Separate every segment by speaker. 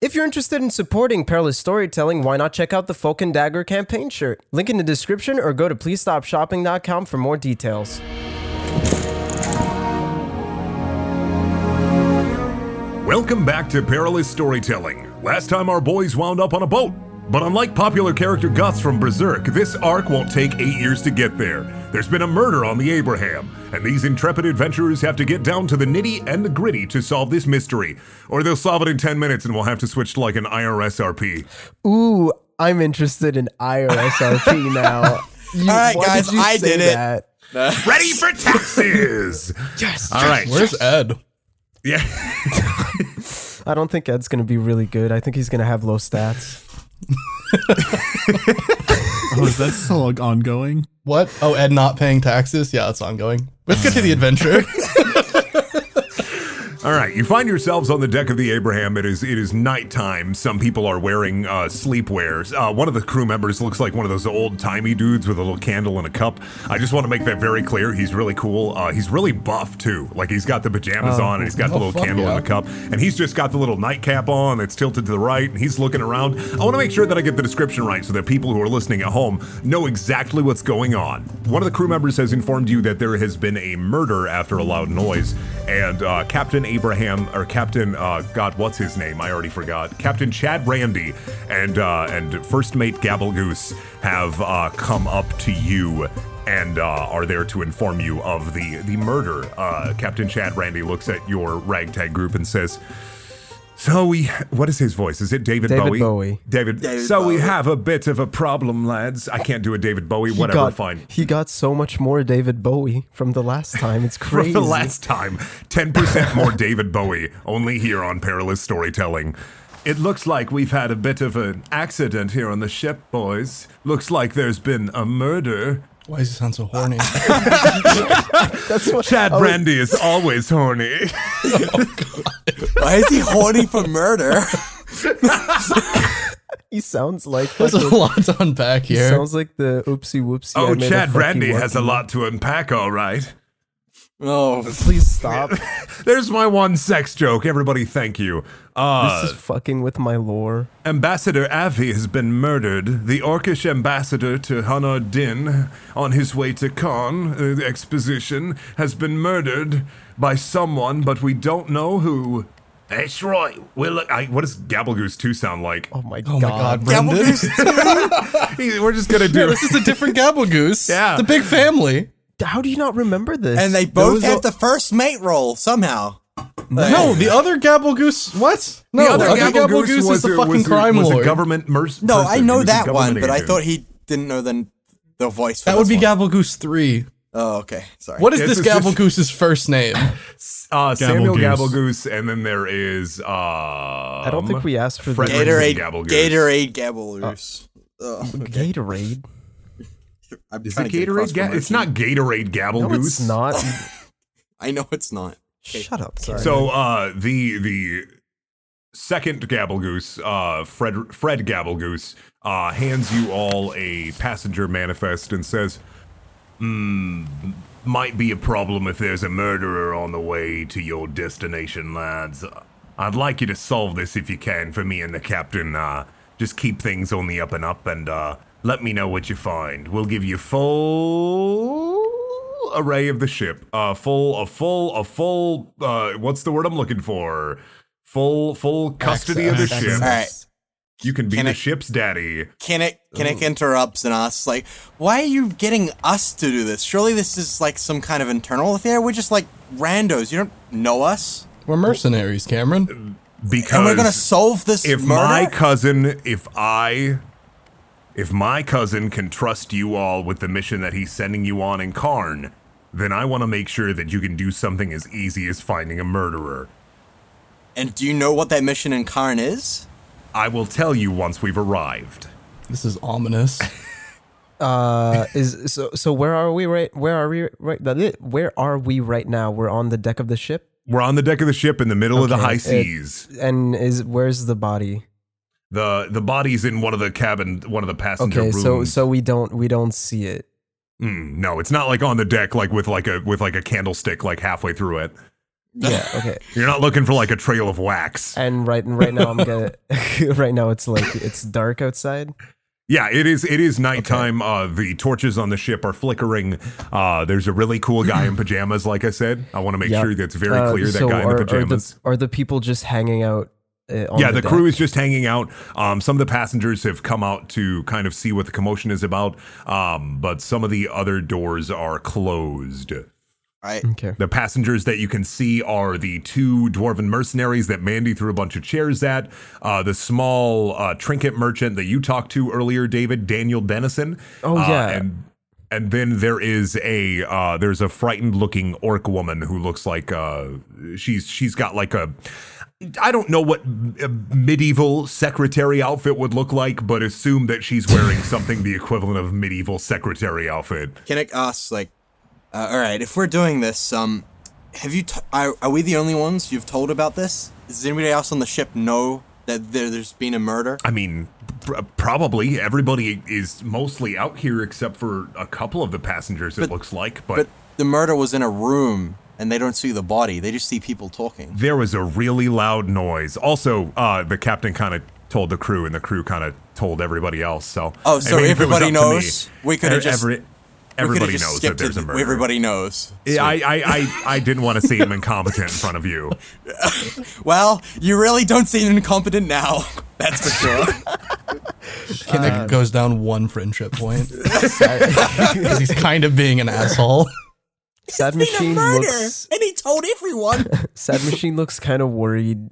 Speaker 1: If you're interested in supporting Perilous Storytelling, why not check out the Folk and Dagger campaign shirt? Link in the description or go to pleasestopshopping.com for more details.
Speaker 2: Welcome back to Perilous Storytelling. Last time our boys wound up on a boat, but unlike popular character Guts from Berserk, this arc won't take eight years to get there. There's been a murder on the Abraham, and these intrepid adventurers have to get down to the nitty and the gritty to solve this mystery, or they'll solve it in 10 minutes and we'll have to switch to like an IRSRP.
Speaker 1: Ooh, I'm interested in IRSRP now. You-
Speaker 3: All right,
Speaker 1: why
Speaker 3: guys,
Speaker 1: did you
Speaker 3: I
Speaker 1: say
Speaker 3: did it.
Speaker 1: that?
Speaker 2: Ready for taxes! yes! All right.
Speaker 3: Where's Ed?
Speaker 2: Yeah.
Speaker 1: I don't think Ed's gonna be really good. I think he's gonna have low stats.
Speaker 4: Oh, is that still ongoing?
Speaker 3: What? Oh, Ed not paying taxes? Yeah, that's ongoing. Let's get to the adventure.
Speaker 2: All right, you find yourselves on the deck of the Abraham. It is it is nighttime. Some people are wearing uh, sleepwear. Uh, one of the crew members looks like one of those old timey dudes with a little candle and a cup. I just want to make that very clear. He's really cool. Uh, he's really buff too. Like he's got the pajamas on and he's got the
Speaker 3: Oh,
Speaker 2: little
Speaker 3: fuck
Speaker 2: candle
Speaker 3: yeah.
Speaker 2: and a cup, and he's just got the little nightcap on that's tilted to the right, and he's looking around. I want to make sure that I get the description right so that people who are listening at home know exactly what's going on. One of the crew members has informed you that there has been a murder after a loud noise, and uh, Captain Abraham or Captain uh, God, what's his name? I already forgot. Captain Chad Randy and uh, and First Mate Gabble Goose have uh, come up to you and uh, are there to inform you of the the murder. Uh, Captain Chad Randy looks at your ragtag group and says. So we, what is his voice? Is it David,
Speaker 1: David
Speaker 2: Bowie?
Speaker 1: Bowie.
Speaker 2: David.
Speaker 3: David
Speaker 2: so we
Speaker 3: Bowie.
Speaker 2: have a bit of a problem, lads. I can't do a David Bowie.
Speaker 1: He
Speaker 2: whatever,
Speaker 1: got,
Speaker 2: fine.
Speaker 1: He got so much more David Bowie from the last time. It's
Speaker 2: From
Speaker 1: crazy.
Speaker 2: the last time, ten percent more David Bowie. Only here on Perilous Storytelling. It looks like we've had a bit of an accident here on the ship, boys. Looks like there's been a murder.
Speaker 3: Why does he sound so horny?
Speaker 1: That's what
Speaker 2: Chad
Speaker 1: I was-
Speaker 2: Brandy is always horny.
Speaker 3: Why is he horny for murder?
Speaker 1: He sounds like.
Speaker 3: There's a
Speaker 1: fucking-
Speaker 3: lot to unpack
Speaker 1: he
Speaker 3: here.
Speaker 1: sounds like the oopsie whoopsie. I
Speaker 2: oh,
Speaker 1: made a
Speaker 2: Chad
Speaker 1: fucky
Speaker 2: Brandy has a
Speaker 1: wucky.
Speaker 2: lot to unpack, all right.
Speaker 3: oh,
Speaker 1: Please stop.
Speaker 2: There's my one sex joke. Everybody, thank you. Uh,
Speaker 1: this is fucking with my lore.
Speaker 2: Ambassador Avi has been murdered. The Orcish ambassador to Hanar Din, on his way to Khan uh, the exposition, has been murdered by someone, but we don't know who. That's right. Well, look, I, what does Gabblegoose 2 sound like?
Speaker 1: Oh my
Speaker 3: oh my
Speaker 1: god.
Speaker 3: god, Brendan.
Speaker 2: He- We're just going to do
Speaker 3: this is a different Gabble Goose.
Speaker 2: Yeah.
Speaker 3: The big family.
Speaker 1: How do you not remember this?
Speaker 5: And they both
Speaker 1: Those
Speaker 5: have
Speaker 1: are-
Speaker 5: the first mate role somehow.
Speaker 3: No, the other Gabble Goose. What? No,
Speaker 2: The other
Speaker 3: Gabble,
Speaker 2: Gabblegoose
Speaker 3: Goose
Speaker 2: was
Speaker 3: is the
Speaker 2: a-
Speaker 3: fucking
Speaker 2: was a-
Speaker 3: crime
Speaker 2: was a
Speaker 3: lord.
Speaker 2: government merc-
Speaker 5: No,
Speaker 2: person.
Speaker 5: I
Speaker 2: He
Speaker 5: know
Speaker 2: was a
Speaker 5: that one,
Speaker 2: government
Speaker 5: but I
Speaker 2: agent.
Speaker 5: thought he didn't know the the voice. For
Speaker 3: that would
Speaker 5: this
Speaker 3: be
Speaker 5: one.
Speaker 3: Gabble Goose 3.
Speaker 5: Oh, okay, sorry.
Speaker 3: What is
Speaker 2: Yes,
Speaker 3: this
Speaker 2: it's
Speaker 3: Gabble
Speaker 2: just-
Speaker 3: Goose's first name?
Speaker 2: Uh, Samuel
Speaker 4: Gabblegoose.
Speaker 2: Gabblegoose, and then there is. um, Uh, I
Speaker 1: I don't think we asked for
Speaker 2: Frederick-
Speaker 1: the
Speaker 2: Gatorade
Speaker 5: Gatorade?
Speaker 2: Gabblegoose.
Speaker 5: Gatorade
Speaker 2: Uh,
Speaker 5: Gabblegoose. Oh,
Speaker 1: Gatorade.
Speaker 5: I'm
Speaker 2: Is
Speaker 5: trying
Speaker 2: it
Speaker 5: to get across
Speaker 2: Gatorade? Ga-
Speaker 5: promotion.
Speaker 2: it's not Gatorade Gabblegoose.
Speaker 1: No, it's not.
Speaker 5: I know it's not.
Speaker 1: Shut up.
Speaker 5: Sorry.
Speaker 1: Karen.
Speaker 2: Oh. So uh, the the second Gabblegoose, uh, Fred Fred Gabblegoose, uh, hands you all a passenger manifest and says, "Hmm, might be a problem if there's a murderer on the way to your destination, lads. I'd like you to solve this if you can for me and the captain. Uh, just keep things on the up and up and." Uh, let me know what you find. We'll give you full array of the ship. Uh, full, a full, a full. Uh, what's the word I'm looking for? Full, full custody of the
Speaker 3: Access.
Speaker 2: ship.
Speaker 5: All right.
Speaker 2: You can be
Speaker 5: Can
Speaker 2: the
Speaker 5: I-
Speaker 2: ship's daddy.
Speaker 5: Kinnick, Kinnick
Speaker 2: Oh.
Speaker 5: interrupts and asks, like, why are you getting us to do this? Surely this is like some kind of internal affair. We're just like randos. You don't know us.
Speaker 3: We're mercenaries, Cameron.
Speaker 2: Because
Speaker 5: And we're gonna solve this
Speaker 2: if
Speaker 5: murder.
Speaker 2: my cousin, if I, if my cousin can trust you all with the mission that he's sending you on in Karn, then I want to make sure that you can do something as easy as finding a murderer.
Speaker 5: and do you know what that mission in Karn is?
Speaker 2: I will tell you once we've arrived.
Speaker 3: This is ominous.
Speaker 1: Uh, is so so where are we right where are we right that it- where are we right now? We're on the deck of the ship
Speaker 2: We're on the deck of the ship in the middle of the
Speaker 1: Okay,
Speaker 2: high
Speaker 1: it-
Speaker 2: seas.
Speaker 1: and is where's the body?
Speaker 2: the the body's in one of the cabin, one of the passenger
Speaker 1: Okay,
Speaker 2: rooms. Hmm,
Speaker 1: so so we don't we don't see it.
Speaker 2: Mm, no, it's not like on the deck, like with like a with like a candlestick, like halfway through it.
Speaker 1: Yeah. Okay.
Speaker 2: You're not looking for like a trail of wax.
Speaker 1: And right right now I'm gonna right now it's like it's dark outside.
Speaker 2: Yeah, it is. It is nighttime. Uh, the torches on the ship are flickering. Uh, there's a really cool guy in pajamas. Like I said, I want to make
Speaker 1: Yep.
Speaker 2: sure that's very
Speaker 1: Uh,
Speaker 2: clear. That
Speaker 1: so
Speaker 2: guy
Speaker 1: are,
Speaker 2: in the pajamas.
Speaker 1: Are the, are the people just hanging out? Uh, on
Speaker 2: yeah,
Speaker 1: the,
Speaker 2: the, crew
Speaker 1: deck?
Speaker 2: is just hanging out. Um, some of the passengers have come out to kind of see what the commotion is about, um, but some of the other doors are closed.
Speaker 5: right?
Speaker 1: Okay.
Speaker 2: The passengers that you can see are the two dwarven mercenaries that Mandy threw a bunch of chairs at, uh, the small uh, trinket merchant that you talked to earlier, David Daniel Dennison.
Speaker 1: Oh,
Speaker 2: Uh,
Speaker 1: yeah.
Speaker 2: and and then there is a uh, there's a frightened looking orc woman who looks like uh, she's she's got like a I don't know what m- a medieval secretary outfit would look like, but assume that she's wearing something the equivalent of medieval secretary outfit.
Speaker 5: Kinnick asks, like, uh, all right, if we're doing this, um, have you? T- are, are we the only ones you've told about this? Does anybody else on the ship know that there, there's been a murder?
Speaker 2: I mean, pr- probably everybody is mostly out here except for a couple of the passengers. it looks like, but,
Speaker 5: But the murder was in a room, and they don't see the body; they just see people talking.
Speaker 2: there was a really loud noise. Also, uh, the captain kind of told the crew, and the crew kind of told everybody else. So,
Speaker 5: Oh, so
Speaker 2: I mean, if it was
Speaker 5: everybody
Speaker 2: up to me,
Speaker 5: knows? We coulda
Speaker 2: e-
Speaker 5: just-
Speaker 2: every- everybody
Speaker 5: we could've just
Speaker 2: knows that
Speaker 5: skipped
Speaker 2: there's
Speaker 5: it.
Speaker 2: a murder.
Speaker 5: Everybody knows.
Speaker 2: Yeah, I, I, I, I didn't want to seem incompetent in front of you.
Speaker 5: Well, you really don't seem incompetent now. That's for sure.
Speaker 3: Kinnick
Speaker 2: Uh,
Speaker 3: goes down one friendship point because he's kind of being an asshole.
Speaker 1: Sad machine looks.
Speaker 5: and he told everyone.
Speaker 1: Sad machine looks kind of worried.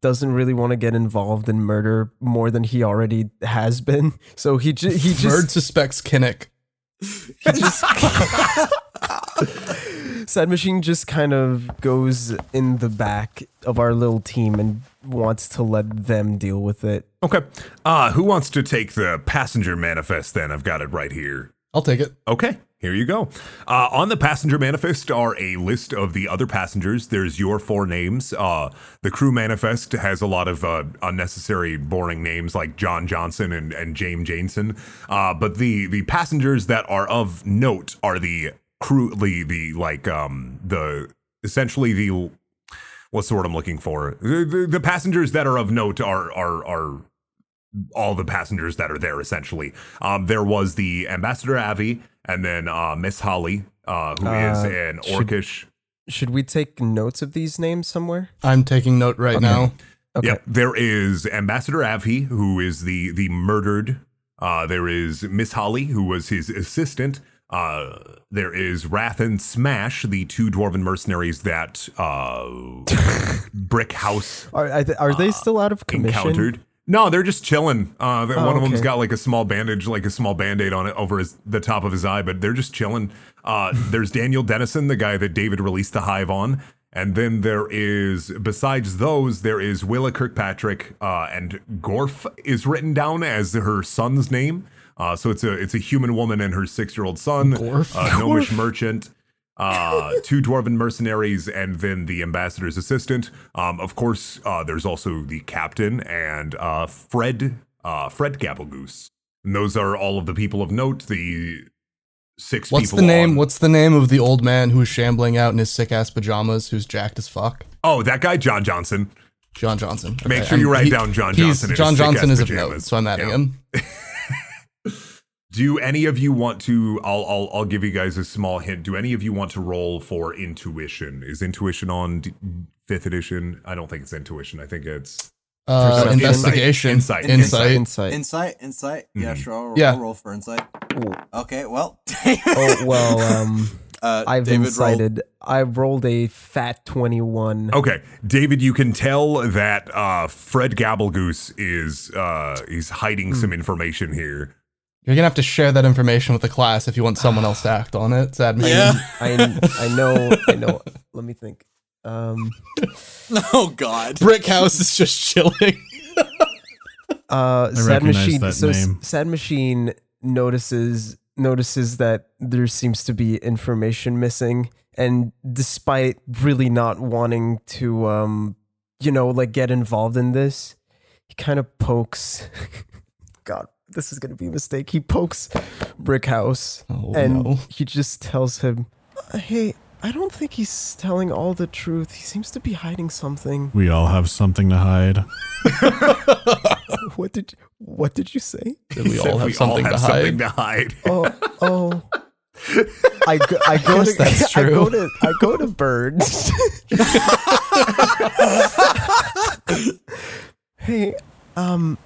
Speaker 1: Doesn't really want to get involved in murder more than he already has been. So he ju- he just
Speaker 3: Bird suspects Kinnick.
Speaker 1: Sad Machine just kind of goes in the back of our little team and wants to let them deal with it.
Speaker 2: Okay. Uh, who wants to take the passenger manifest then? I've got it right here.
Speaker 3: I'll take it.
Speaker 2: Okay, here you go. Uh, on the passenger manifest are a list of the other passengers. There's your four names. Uh, the crew manifest has a lot of uh, unnecessary, boring names like John Johnson and, and James Jameson. Uh, but the the passengers that are of note are the crew, the the like um the essentially the what's the word I'm looking for? The, the, the passengers that are of note are are are all the passengers that are there essentially. Um, there was the ambassador Avi, and then uh, Miss Holly, uh, who is
Speaker 1: Uh,
Speaker 2: an
Speaker 1: should-
Speaker 2: orcish.
Speaker 1: Should we take notes of these names somewhere?
Speaker 3: I'm taking note right now.
Speaker 1: Okay.
Speaker 2: Yep. There is ambassador Avi, who is the the murdered. Uh, there is Miss Holly, who was his assistant. Uh, there is Wrath and Smash, the two dwarven mercenaries that uh, Brick House
Speaker 1: Are are they,
Speaker 5: Uh,
Speaker 1: are they still out of commission?
Speaker 2: encountered. No, they're just chilling. Uh, that
Speaker 1: Oh,
Speaker 2: one of them's
Speaker 1: okay.
Speaker 2: got like a small bandage, like a small band-aid on it over his, the top of his eye, but they're just chilling. Uh, there's Daniel Dennison, the guy that David released the hive on. And then there is, besides those, there is Willa Kirkpatrick, uh, and Gorf is written down as her son's name. Uh, so it's a it's a human woman and her six year old son,
Speaker 3: Gorf?
Speaker 2: a gnomish merchant, uh, two dwarven mercenaries, and then the ambassador's assistant. Um, of course, uh, there's also the captain and uh, Fred uh, Fred Gabblegoose. And those are all of the people of note. The six
Speaker 3: What's
Speaker 2: people.
Speaker 3: the name?
Speaker 2: on-
Speaker 3: What's the name of the old man who is shambling out in his sick ass pajamas, who's jacked as fuck?
Speaker 2: oh, that guy John Johnson.
Speaker 3: John Johnson.
Speaker 2: Make sure you write down John
Speaker 3: he's-
Speaker 2: Johnson in his
Speaker 3: John
Speaker 2: sick-ass
Speaker 3: Johnson is of
Speaker 2: pajamas.
Speaker 3: note, so I'm adding
Speaker 2: Yeah.
Speaker 3: him.
Speaker 2: Do any of you want to? I'll, I'll I'll give you guys a small hint. Do any of you want to roll for intuition? Is intuition on d- fifth edition? I don't think it's intuition. I think it's
Speaker 3: Uh,
Speaker 1: Perception.
Speaker 3: investigation,
Speaker 2: Insight.
Speaker 3: insight,
Speaker 2: Insight.
Speaker 1: Insight.
Speaker 5: Insight, insight. Yeah, sure. I'll,
Speaker 3: Yeah.
Speaker 5: I'll roll for insight.
Speaker 1: Mm-hmm. Ooh.
Speaker 5: Okay, well,
Speaker 1: oh well, um,
Speaker 5: uh,
Speaker 1: I've
Speaker 5: David rolled.
Speaker 1: incited. I rolled a fat twenty-one.
Speaker 2: Okay, David, you can tell that uh, Fred Gabblegoose is uh, he's hiding some information here.
Speaker 3: You're gonna have to share that information with the class if you want someone else to act on it. Sad man.
Speaker 5: Yeah.
Speaker 1: I I know. I know. Let me think. Um.
Speaker 5: Oh God.
Speaker 3: Brick House is just chilling.
Speaker 1: Uh, Sad
Speaker 4: recognize
Speaker 1: Machine.
Speaker 4: that
Speaker 1: so S-
Speaker 4: name.
Speaker 1: Sad Machine notices notices that there seems to be information missing, and despite really not wanting to, um, you know, like get involved in this, he kind of pokes. God, this is gonna be a mistake. He pokes Brick House,
Speaker 3: Oh,
Speaker 1: and
Speaker 3: no.
Speaker 1: he just tells him, "Uh, "Hey, I don't think he's telling all the truth. He seems to be hiding something.
Speaker 4: We all have something to hide.
Speaker 1: What did what did you say?
Speaker 3: That we
Speaker 2: Said
Speaker 3: all have something to hide.
Speaker 2: something to hide.
Speaker 1: Oh, oh. I go, I go
Speaker 3: Yes,
Speaker 1: to
Speaker 3: that's
Speaker 1: I go
Speaker 3: true.
Speaker 1: to I go to birds. hey, um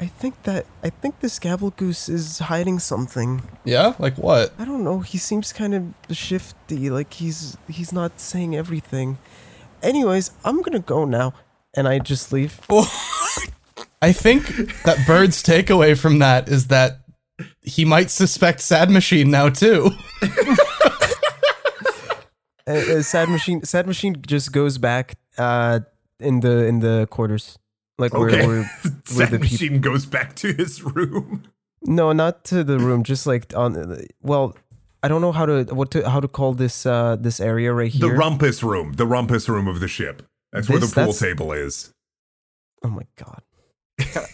Speaker 1: I think that I think this Gavelgoose is hiding something.
Speaker 3: yeah, like what?
Speaker 1: I don't know. He seems kind of shifty. Like he's he's not saying everything. Anyways, I'm gonna go now, and I just leave.
Speaker 3: I think that Bird's takeaway from that is that he might suspect Sad Machine now too.
Speaker 1: Uh, uh, sad machine. Sad machine just goes back uh, in the in the quarters. Like where
Speaker 2: Okay.
Speaker 1: we're where
Speaker 2: Sad
Speaker 1: the people.
Speaker 2: machine goes back to his room.
Speaker 1: No, not to the room. Just like on. the- Well, I don't know how to what to how to call this uh this area right
Speaker 2: The
Speaker 1: here.
Speaker 2: rumpus room. The rumpus room of the ship. That's where the
Speaker 1: This-
Speaker 2: pool
Speaker 1: that's-
Speaker 2: table is.
Speaker 1: oh my god.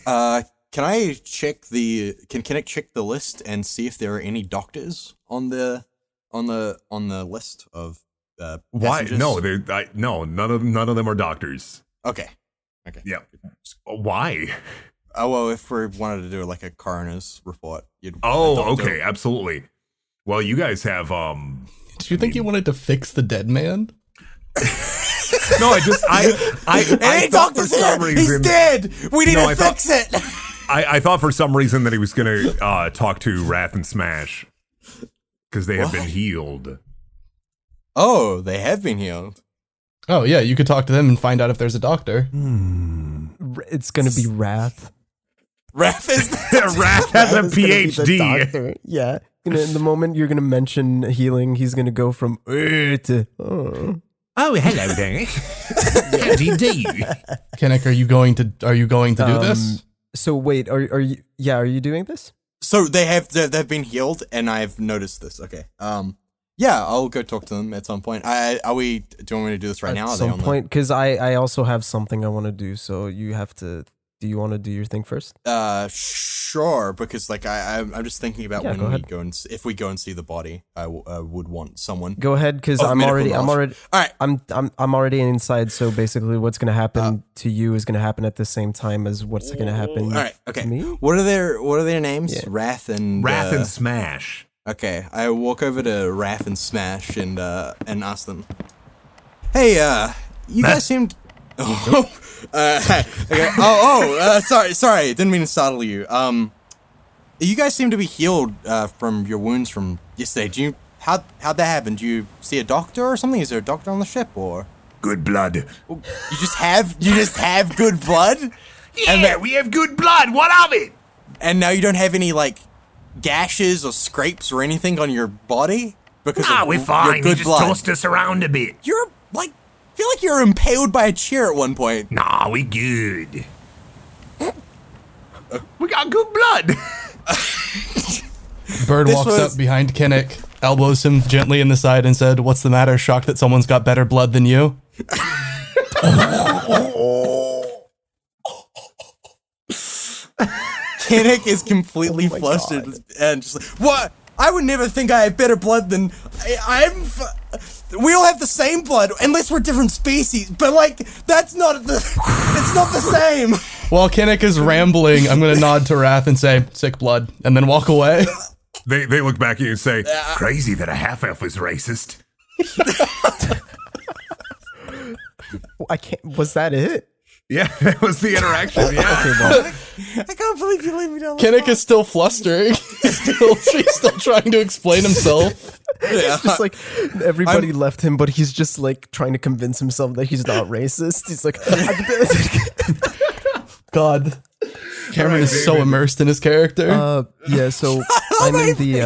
Speaker 5: Uh, can I check the can can I check the list and see if there are any doctors on the on the on the list of uh,
Speaker 2: Why?
Speaker 5: passengers?
Speaker 2: No, they. I, no, none of none of them are doctors.
Speaker 5: Okay.
Speaker 2: Yeah. Why?
Speaker 5: Oh well, if we wanted to do like a coroner's report, you'd. a
Speaker 2: Oh,
Speaker 5: doctor-
Speaker 2: okay, absolutely. Well, you guys have um
Speaker 3: Do you think he wanted to fix the dead man?
Speaker 2: No, I just I I,
Speaker 5: Hey,
Speaker 2: I
Speaker 5: hey,
Speaker 2: thought for
Speaker 5: doctor's
Speaker 2: some
Speaker 5: here. He's
Speaker 2: reason-
Speaker 5: dead. We need
Speaker 2: No,
Speaker 5: to
Speaker 2: I thought-
Speaker 5: fix it.
Speaker 2: I, I thought for some reason that he was gonna uh talk to Wrath and Smash. Because they have been
Speaker 5: Why?
Speaker 2: healed.
Speaker 5: Oh, they have been healed.
Speaker 3: Oh yeah, you could talk to them and find out if there's a doctor.
Speaker 1: R- It's gonna be wrath.
Speaker 5: Raph is.
Speaker 2: Wrath has a
Speaker 1: It's gonna be the
Speaker 2: PhD.
Speaker 1: doctor. yeah. Gonna, the moment you're gonna mention healing, he's gonna go from "Uh," to oh.
Speaker 2: Oh, hello there. How do you do?
Speaker 3: Kinnick, are you going to are you going to do this?
Speaker 1: um, So wait, are are you? Yeah, are you doing this?
Speaker 5: So they have they- they've been healed, and I've noticed this. Okay. Um. Yeah, I'll go talk to them at some point. I are we? Do you want me to do this right now?
Speaker 1: at
Speaker 5: Are they
Speaker 1: some
Speaker 5: on the-
Speaker 1: point because I I also have something I want to do. So you have to. Do you want to do your thing first?
Speaker 5: Uh, sure. Because like I, I'm, I'm just thinking about
Speaker 1: Yeah,
Speaker 5: when
Speaker 1: go
Speaker 5: we
Speaker 1: ahead.
Speaker 5: go and s- if we go and see the body, I w- uh, would want someone.
Speaker 1: Go ahead, because
Speaker 5: Of
Speaker 1: I'm
Speaker 5: medical
Speaker 1: already I'm
Speaker 5: knowledge.
Speaker 1: already
Speaker 5: All right.
Speaker 1: I'm I'm I'm already inside. So basically, what's gonna happen to you is gonna happen at the same time as what's gonna happen.
Speaker 5: Uh, All right. Okay.
Speaker 1: Me?
Speaker 5: What are their What are their names?
Speaker 1: Yeah.
Speaker 5: Wrath and
Speaker 2: Wrath
Speaker 5: uh,
Speaker 2: and Smash.
Speaker 5: Okay, I walk over to Raph and Smash and uh, and ask them, "Hey, uh, you guys seemed." Oh, uh, hi. okay. oh, oh, uh, sorry, sorry, didn't mean to startle you. Um, you guys seem to be healed uh, from your wounds from yesterday. Do you how how'd that happen? Do you see a doctor or something? Is there a doctor on the ship or
Speaker 2: Good blood.
Speaker 5: you just have you just have good blood,
Speaker 2: Yeah,
Speaker 5: that-
Speaker 2: we have good blood. What of it?
Speaker 5: and now you don't have any like gashes or scrapes or anything on your body because
Speaker 2: Ah,
Speaker 5: of
Speaker 2: we're
Speaker 5: your
Speaker 2: fine. You
Speaker 5: good
Speaker 2: just
Speaker 5: blood.
Speaker 2: tossed us around a bit.
Speaker 5: You're like feel like you're impaled by a chair at one point.
Speaker 2: Nah, we good. we got good blood.
Speaker 3: Bird
Speaker 5: Um, this
Speaker 3: walks
Speaker 5: was-
Speaker 3: up behind Kinnick, elbows him gently in the side, and said, "What's the matter? Shocked that someone's got better blood than you?"
Speaker 5: Kinnick is completely flustered and just like, "What? I would never think I have better blood than I, I'm. F- we all have the same blood, unless we're different species. But like, that's not the. It's not the same.
Speaker 3: While Kinnick is rambling, I'm gonna nod to Wrath and say, "Sick blood," and then walk away.
Speaker 2: They they look back at you and say, "Crazy that a half elf is racist."
Speaker 1: I can't. Was that it?
Speaker 2: Yeah, that was the interaction. Yeah.
Speaker 5: I can't believe you leave me down.
Speaker 3: Kinnick is still flustering. He's still, he's still trying to explain himself.
Speaker 1: It's just like everybody left him, but he's just like trying to convince himself that he's not racist. He's like,
Speaker 3: God. Cameron is so
Speaker 2: David.
Speaker 3: immersed in his character.
Speaker 1: uh, yeah. So I'm in the.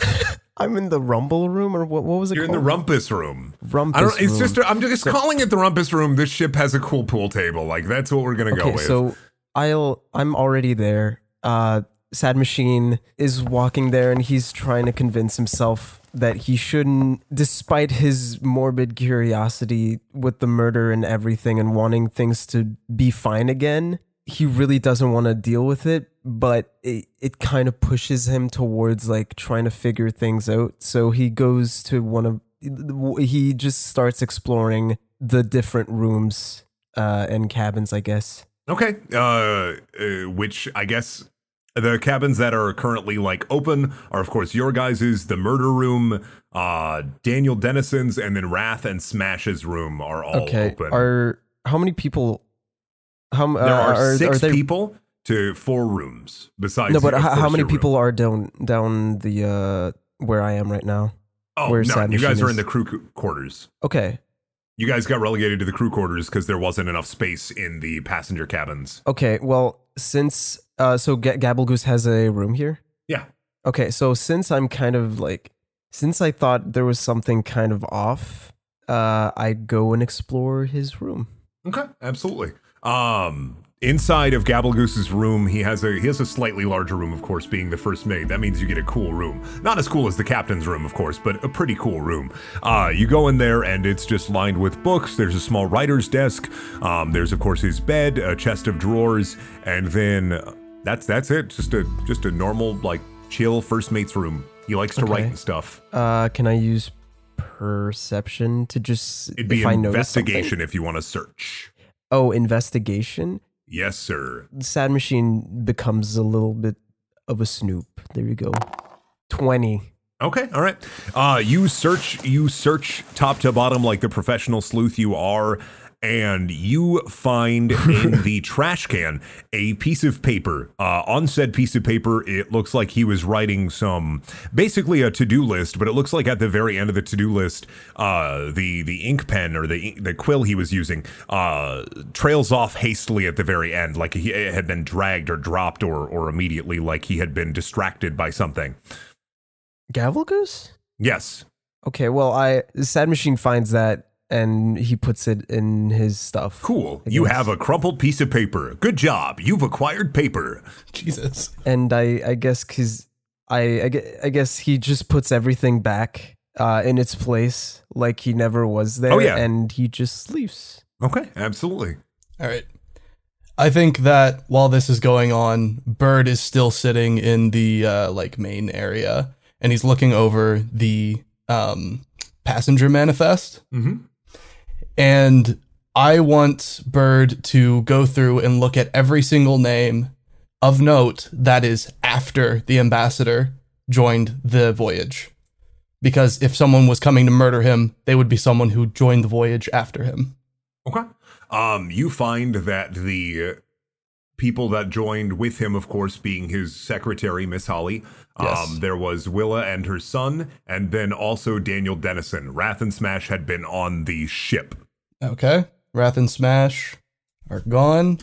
Speaker 1: Uh, I'm in the rumble room, or what? What was it
Speaker 2: You're in
Speaker 1: called?
Speaker 2: the rumpus room.
Speaker 1: Rumpus
Speaker 2: I don't. It's
Speaker 1: room.
Speaker 2: just. I'm just calling it the rumpus room. This ship has a cool pool table. Like that's what we're gonna go
Speaker 1: Okay,
Speaker 2: with.
Speaker 1: so I'll I'm already there. Uh Sad Machine is walking there and he's trying to convince himself that he shouldn't despite his morbid curiosity with the murder and everything and wanting things to be fine again. He really doesn't want to deal with it, but it, it kind of pushes him towards like trying to figure things out. So he goes to one of he just starts exploring the different rooms uh, and cabins, I guess.
Speaker 2: Okay. Uh, uh, which I guess the cabins that are currently like open are, of course, your guys's, the murder room, uh, Daniel Dennison's, and then Wrath and Smash's room are all
Speaker 1: okay,
Speaker 2: open.
Speaker 1: are how many people? How m-
Speaker 2: there
Speaker 1: uh,
Speaker 2: are, six
Speaker 1: they-
Speaker 2: people to four rooms besides.
Speaker 1: No, but
Speaker 2: of
Speaker 1: how, how
Speaker 2: course,
Speaker 1: many
Speaker 2: your room.
Speaker 1: people are down down the uh, where I am right now?
Speaker 2: Oh,
Speaker 1: where
Speaker 2: no,
Speaker 1: Sad
Speaker 2: you guys
Speaker 1: Machine
Speaker 2: are in
Speaker 1: is?
Speaker 2: the crew qu- quarters.
Speaker 1: Okay,
Speaker 2: You guys got relegated to the crew quarters because there wasn't enough space in the passenger cabins.
Speaker 1: okay. Well, since uh, so G- Gabblegoose has a room here.
Speaker 2: Yeah.
Speaker 1: Okay, so since I'm kind of like, since I thought there was something kind of off, uh, I go and explore his room.
Speaker 2: Okay, absolutely. Um, inside of Gabblegoose's room, he has a he has a slightly larger room, of course, being the first mate. That means you get a cool room, not as cool as the captain's room, of course, but a pretty cool room. Uh, you go in there, and it's just lined with books. There's a small writer's desk. Um, there's of course his bed, a chest of drawers, and then uh, that's that's it. Just a just a normal like chill first mate's room. He likes to write
Speaker 1: Okay.
Speaker 2: and stuff.
Speaker 1: Uh, can I use perception to just
Speaker 2: It'd be
Speaker 1: if I notice something?
Speaker 2: investigation if you want to search.
Speaker 1: Oh, investigation.
Speaker 2: Yes, sir.
Speaker 1: The sad machine becomes a little bit of a snoop. There you go. Twenty.
Speaker 2: Okay, all right. Uh, you search, you search top to bottom like the professional sleuth you are, and you find in the trash can a piece of paper. Uh, on said piece of paper, it looks like he was writing some, basically a to-do list. But it looks like at the very end of the to-do list, uh, the the ink pen or the the quill he was using uh, trails off hastily at the very end, like he it had been dragged or dropped or or immediately like he had been distracted by something.
Speaker 1: Gavel goose.
Speaker 2: Yes.
Speaker 1: Okay. Well, I sad machine finds that and he puts it in his stuff.
Speaker 2: Cool.
Speaker 1: I
Speaker 2: You
Speaker 1: guess.
Speaker 2: have a crumpled piece of paper. Good job. You've acquired paper.
Speaker 3: Jesus.
Speaker 1: and I I guess because I I, gue- I guess he just puts everything back uh, in its place like he never was there.
Speaker 2: Oh, yeah.
Speaker 1: and he just leaves.
Speaker 2: Okay, absolutely.
Speaker 3: All right. I think that while this is going on, Bird is still sitting in the uh, like main area, and he's looking over the um, passenger manifest.
Speaker 2: Mm-hmm.
Speaker 3: And I want Bird to go through and look at every single name of note that is after the ambassador joined the voyage, because if someone was coming to murder him, they would be someone who joined the voyage after him.
Speaker 2: Okay. Um, you find that the uh, people that joined with him, of course, being his secretary, Miss Holly. Um,
Speaker 3: Yes.
Speaker 2: there was Willa and her son, and then also Daniel Dennison. Wrath and Smash had been on the ship.
Speaker 3: Okay. Wrath and Smash are gone.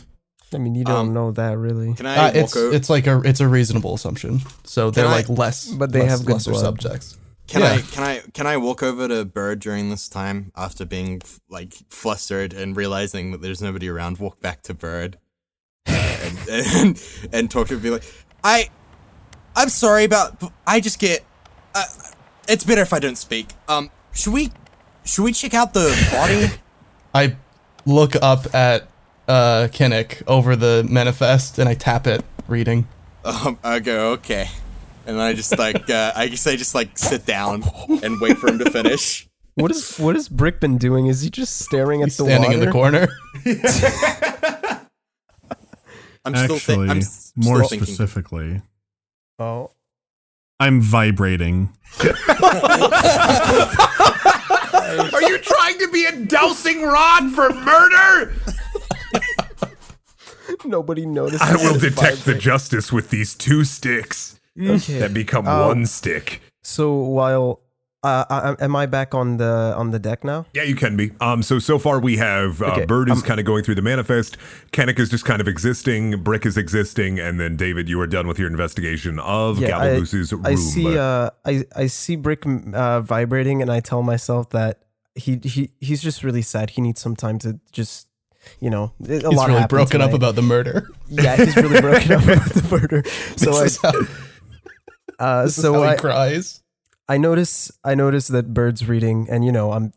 Speaker 1: I mean, you don't
Speaker 5: Um,
Speaker 1: know that really,
Speaker 5: Can I
Speaker 3: Uh,
Speaker 5: walk
Speaker 3: it's
Speaker 5: over?
Speaker 3: it's like a it's a reasonable assumption. So they're
Speaker 5: Can I-
Speaker 3: like less,
Speaker 1: But they
Speaker 3: less-
Speaker 1: have good
Speaker 3: lesser
Speaker 1: blood.
Speaker 3: subjects.
Speaker 5: Can
Speaker 3: Yeah.
Speaker 5: I can I can I walk over to Bird during this time after being f- like flustered and realizing that there's nobody around? Walk back to Bird uh, and, and and talk to him. Be like, I I'm sorry about. I just get. Uh, it's better if I don't speak. Um, should we should we check out the body?
Speaker 3: I look up at uh Kinnick over the manifest and I tap it, reading.
Speaker 5: um, I go okay, and I just like uh, I guess I just like sit down and wait for him to finish.
Speaker 1: what is what is Brick been doing? Is he just staring at the
Speaker 3: standing
Speaker 1: water?
Speaker 3: in the corner.
Speaker 5: I'm still.
Speaker 4: Actually,
Speaker 5: Thi- I'm s-
Speaker 4: more
Speaker 5: still thinking.
Speaker 4: specifically,
Speaker 1: Oh,
Speaker 4: I'm vibrating.
Speaker 2: Are you trying to be a dousing rod for murder?
Speaker 1: nobody noticed.
Speaker 2: I will detect the justice with these two sticks that become one stick.
Speaker 1: So while uh, I, am I back on the on the deck now?
Speaker 2: Yeah, you can be. Um, so so far we have uh,
Speaker 1: Okay, um,
Speaker 2: Bird is kind of going through the manifest. Kennick is just kind of existing. Brick is existing, and then David, you are done with your investigation of yeah,
Speaker 1: I,
Speaker 2: room.
Speaker 1: I see. Uh, I I see Brick mm, uh, vibrating, and I tell myself that he he he's just really sad. He needs some time to just, you know, a
Speaker 3: He's
Speaker 1: lot
Speaker 3: really
Speaker 1: happened
Speaker 3: broken up
Speaker 1: tonight.
Speaker 3: about the murder.
Speaker 1: Yeah, he's really broken up about the murder. So
Speaker 3: this
Speaker 1: I,
Speaker 3: is how,
Speaker 1: uh,
Speaker 3: this is how
Speaker 1: so
Speaker 3: he
Speaker 1: I,
Speaker 3: cries.
Speaker 1: I notice I notice that Bird's reading, and you know, I'm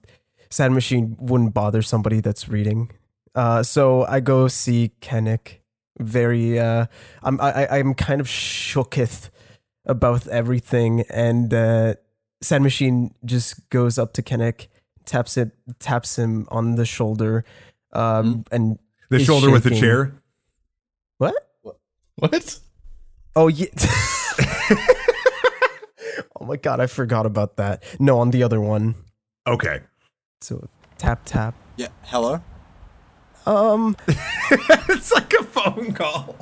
Speaker 1: Sad Machine wouldn't bother somebody that's reading. Uh, so I go see Kennick. Very, uh, I'm I, I- I'm kind of shooketh about everything, and uh, Sand Machine just goes up to Kennick, taps it, taps him on the shoulder, um, and
Speaker 2: Hmm? The
Speaker 1: is
Speaker 2: shoulder with the
Speaker 1: shaking.
Speaker 2: chair.
Speaker 1: What?
Speaker 3: What?
Speaker 1: Oh yeah. oh my god, I forgot about that. No, on the other one.
Speaker 2: Okay.
Speaker 1: So tap tap.
Speaker 5: Yeah. Hello.
Speaker 1: Um,
Speaker 2: It's like a phone call.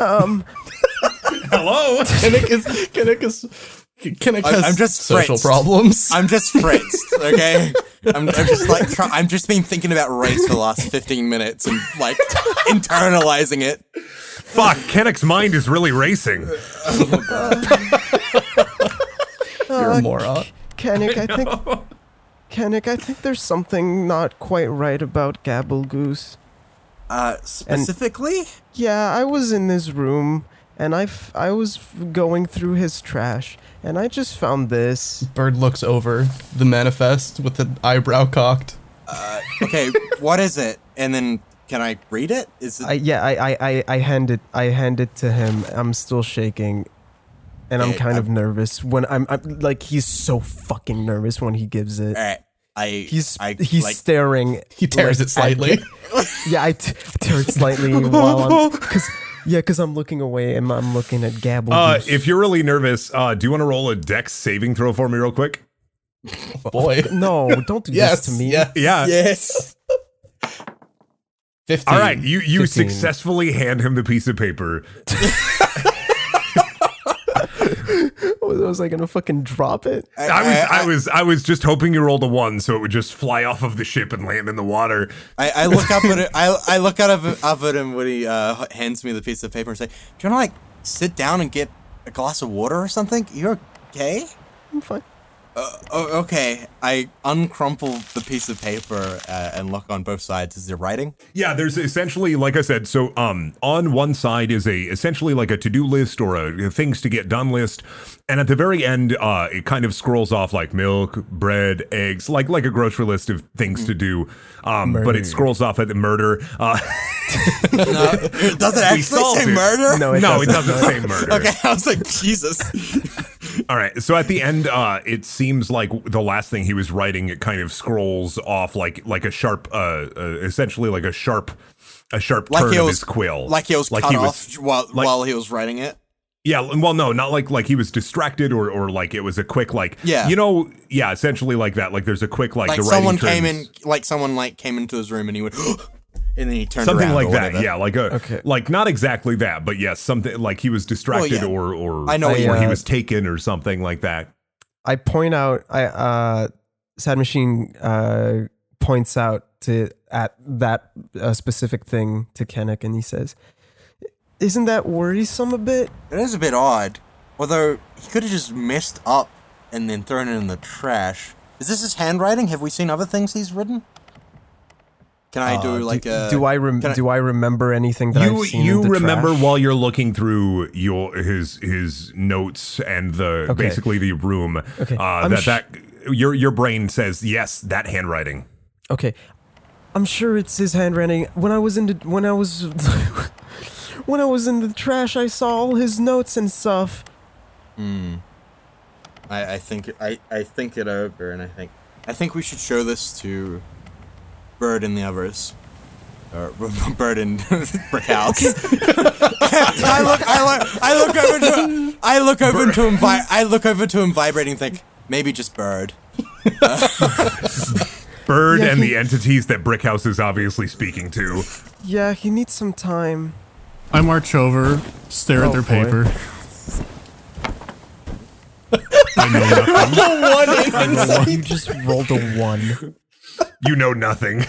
Speaker 2: Um. Hello.
Speaker 3: Kinnick is Kinnick is Kinnick
Speaker 5: I'm-
Speaker 3: has
Speaker 5: I'm just
Speaker 3: social
Speaker 5: fritzed.
Speaker 3: problems.
Speaker 5: I'm just fritzed. Okay. I'm, I'm just like try- I'm just been thinking about race for the last 15 minutes and like internalizing it.
Speaker 2: Fuck. Kennick's mind is really racing.
Speaker 3: You're a moron.
Speaker 1: Kennick, Uh, I think Kennick, I think there's something not quite right about Gabble Goose.
Speaker 5: Uh, specifically.
Speaker 1: Yeah, I was in this room and I, f- I was f- going through his trash and I just found this.
Speaker 3: Bird looks over the manifest with an eyebrow cocked.
Speaker 5: okay. What is it? And then can I read it? Is it?
Speaker 1: I yeah, I I I, I hand it I hand it to him. I'm still shaking. And I'm
Speaker 5: Yeah,
Speaker 1: kind of nervous when I'm, I'm like he's so fucking nervous when he gives it.
Speaker 5: all right. I
Speaker 1: He's
Speaker 5: I
Speaker 1: he's
Speaker 5: like
Speaker 1: staring.
Speaker 3: He tears
Speaker 1: like,
Speaker 3: it
Speaker 1: at-
Speaker 3: slightly.
Speaker 1: yeah, I t- tear it slightly while I'm because yeah, because I'm looking away and I'm looking at Gabble.
Speaker 2: Uh,
Speaker 1: Goose.
Speaker 2: if you're really nervous, uh, do you want to roll a dex saving throw for me real quick?
Speaker 3: Boy.
Speaker 1: no, don't do
Speaker 3: Yes.
Speaker 1: this to me.
Speaker 3: Yes.
Speaker 2: Yeah.
Speaker 5: yes.
Speaker 3: 15.
Speaker 2: All right. You you
Speaker 1: 15.
Speaker 2: successfully hand him the piece of paper.
Speaker 1: Was, was I gonna fucking drop it?
Speaker 2: I was I, was I was just hoping you rolled a one so it would just fly off of the ship and land in the water.
Speaker 5: I, I look up at it. I, I look out of up at him when he uh, hands me the piece of paper and say, "Do you want to like sit down and get a glass of water or something? You're okay."
Speaker 1: I'm fine.
Speaker 5: Oh, okay. I uncrumple the piece of paper uh, and look on both sides. Is there writing?
Speaker 2: Yeah, there's essentially, like I said, so um, on one side is a essentially like a to-do list or a, a things to get done list, and at the very end, uh, it kind of scrolls off like milk, bread, eggs, like like a grocery list of things to do. Um, but it scrolls off at the murder. Uh,
Speaker 5: No. Does it actually
Speaker 2: solved
Speaker 5: say
Speaker 2: it.
Speaker 5: murder?
Speaker 1: No, it
Speaker 2: no,
Speaker 1: doesn't.
Speaker 2: it doesn't say murder.
Speaker 5: Okay, I was like, Jesus.
Speaker 2: All right. So at the end, uh, it seems like the last thing he was writing, it kind of scrolls off like like a sharp, uh, uh essentially like a sharp, a sharp
Speaker 5: Like
Speaker 2: turn
Speaker 5: he
Speaker 2: of
Speaker 5: was
Speaker 2: his quill.
Speaker 5: Like he was cut off while,
Speaker 2: like-
Speaker 5: while he was writing it.
Speaker 2: Yeah. Well, no, not like like he was distracted or or like it was a quick like.
Speaker 5: Yeah.
Speaker 2: You know. Yeah. Essentially like that. Like there's a quick like,
Speaker 5: Like
Speaker 2: the
Speaker 5: someone
Speaker 2: writing
Speaker 5: came
Speaker 2: turns-
Speaker 5: in, like someone like came into his room and he went, and then he turned
Speaker 2: Something
Speaker 5: around
Speaker 2: like
Speaker 5: or
Speaker 2: that,
Speaker 5: whatever.
Speaker 2: yeah, like a,
Speaker 1: Okay.
Speaker 2: like not exactly that, but yes, something like he was distracted
Speaker 5: yeah.
Speaker 2: or or
Speaker 5: I know what
Speaker 2: or
Speaker 5: you
Speaker 2: he
Speaker 1: mean.
Speaker 2: was taken or something like that.
Speaker 1: I point out. I uh, Sad Machine uh points out to at that uh, specific thing to Kennick, and he says, "Isn't that worrisome a bit?"
Speaker 5: It is a bit odd. Although he could have just messed up and then thrown it in the trash. Is this his handwriting? Have we seen other things he's written? Can I do like
Speaker 1: do,
Speaker 5: a?
Speaker 1: do I rem-
Speaker 5: can I-
Speaker 1: do I remember anything that
Speaker 2: uh, you
Speaker 1: I've seen?
Speaker 2: you
Speaker 1: in the
Speaker 2: remember
Speaker 1: trash?
Speaker 2: while you're looking through your his his notes and the
Speaker 1: Okay.
Speaker 2: basically the room
Speaker 1: Okay.
Speaker 2: uh,
Speaker 1: I'm
Speaker 2: that
Speaker 1: sh-
Speaker 2: that your your brain says yes that handwriting.
Speaker 1: Okay, I'm sure it's his handwriting. When I was in the when I was when I was in the trash, I saw all his notes and stuff.
Speaker 5: I, I think I, I think it over, and I think I think we should show this to Bird and the others, or Bird and Brickhouse. I look, I look, I look over to, I look over to him, vi- I look over to him vibrating. and Think maybe just Bird.
Speaker 2: Bird
Speaker 1: Yeah,
Speaker 2: and
Speaker 1: he-
Speaker 2: the entities that Brickhouse is obviously speaking to.
Speaker 1: Yeah, he needs some time.
Speaker 4: I march over, stare at
Speaker 1: Oh,
Speaker 4: their
Speaker 1: boy.
Speaker 4: paper. I know nothing.
Speaker 1: you just rolled a one.
Speaker 2: You know nothing.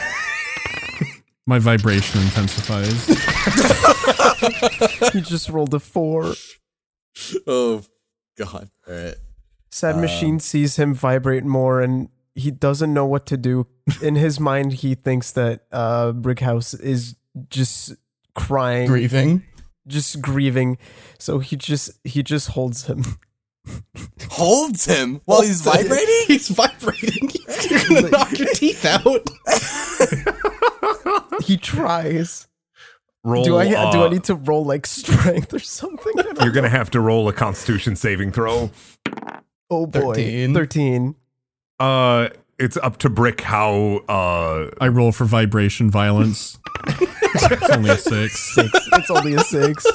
Speaker 4: My vibration intensifies.
Speaker 1: You just rolled a four.
Speaker 5: Oh God! All right.
Speaker 1: Sad Machine sees him vibrate more and he doesn't know what to do. In his mind, he thinks that uh, Brickhouse is just crying,
Speaker 3: Grieving.
Speaker 1: just grieving. So he just he just holds him.
Speaker 5: holds him while he's vibrating.
Speaker 3: He's vibrating. You're gonna knock your teeth out.
Speaker 1: he tries.
Speaker 2: Roll.
Speaker 1: Do I do I
Speaker 2: uh,
Speaker 1: need to roll like strength or something? I don't-
Speaker 2: You're gonna have to roll a Constitution saving throw.
Speaker 1: Oh boy.
Speaker 3: 13.
Speaker 1: 13.
Speaker 2: Uh, it's up to Brick how. Uh,
Speaker 4: I roll for vibration violence. it's only a six.
Speaker 1: It's only a six.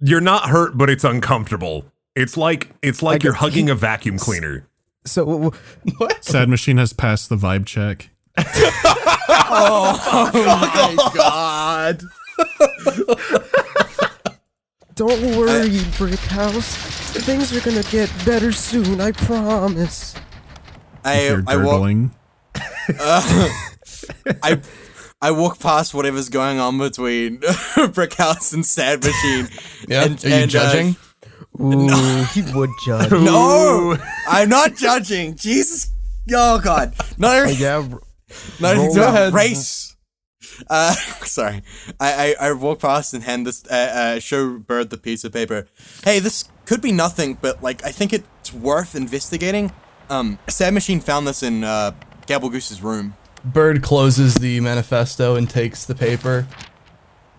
Speaker 2: you're not hurt, but it's uncomfortable. It's like it's
Speaker 1: I
Speaker 2: like you're
Speaker 1: get-
Speaker 2: hugging a vacuum cleaner.
Speaker 1: So w- w-
Speaker 4: Sad machine has passed the vibe check.
Speaker 5: my god.
Speaker 1: don't worry, Brick House. Things are gonna get better soon, I promise.
Speaker 5: I
Speaker 4: You're
Speaker 5: I walk
Speaker 4: gurgling.
Speaker 5: I I walk past whatever's going on between Brick House and Sad Machine.
Speaker 3: Yeah.
Speaker 5: And-
Speaker 3: Are you
Speaker 5: and, uh,
Speaker 3: judging?
Speaker 1: Ooh, he would judge.
Speaker 5: No, I'm not judging. Jesus, oh god, not every,
Speaker 1: Yeah, bro.
Speaker 5: not every
Speaker 3: Go ahead.
Speaker 5: race. Uh, sorry, I, I I walk past and hand this uh, uh, show Bird the piece of paper. Hey, this could be nothing, but like I think it's worth investigating. Um, Sad Machine found this in uh, Gabble Goose's room.
Speaker 3: Bird closes the manifesto and takes the paper.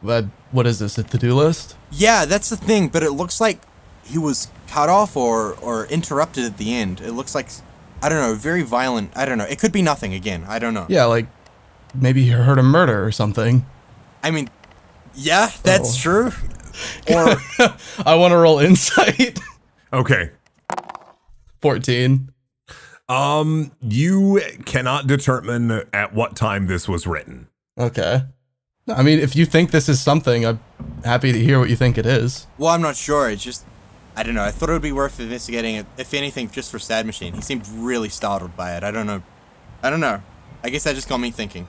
Speaker 3: But what is this? A to-do list?
Speaker 5: Yeah, that's the thing, but it looks like he was cut off or or interrupted at the end. It looks like I don't know, very violent. I don't know. It could be nothing again. I don't know.
Speaker 3: Yeah, like maybe he heard a murder or something.
Speaker 5: I mean, yeah, that's
Speaker 3: Oh.
Speaker 5: true. Or
Speaker 3: I want to roll insight.
Speaker 2: Okay.
Speaker 3: 14.
Speaker 2: Um, you cannot determine at what time this was written.
Speaker 3: Okay. I mean, if you think this is something, I'm happy to hear what you think it is.
Speaker 5: well, I'm not sure. It's just I don't know. I thought it would be worth investigating it, if anything, just for Sad Machine. He seemed really startled by it. I don't know. I don't know. I guess that just got me thinking.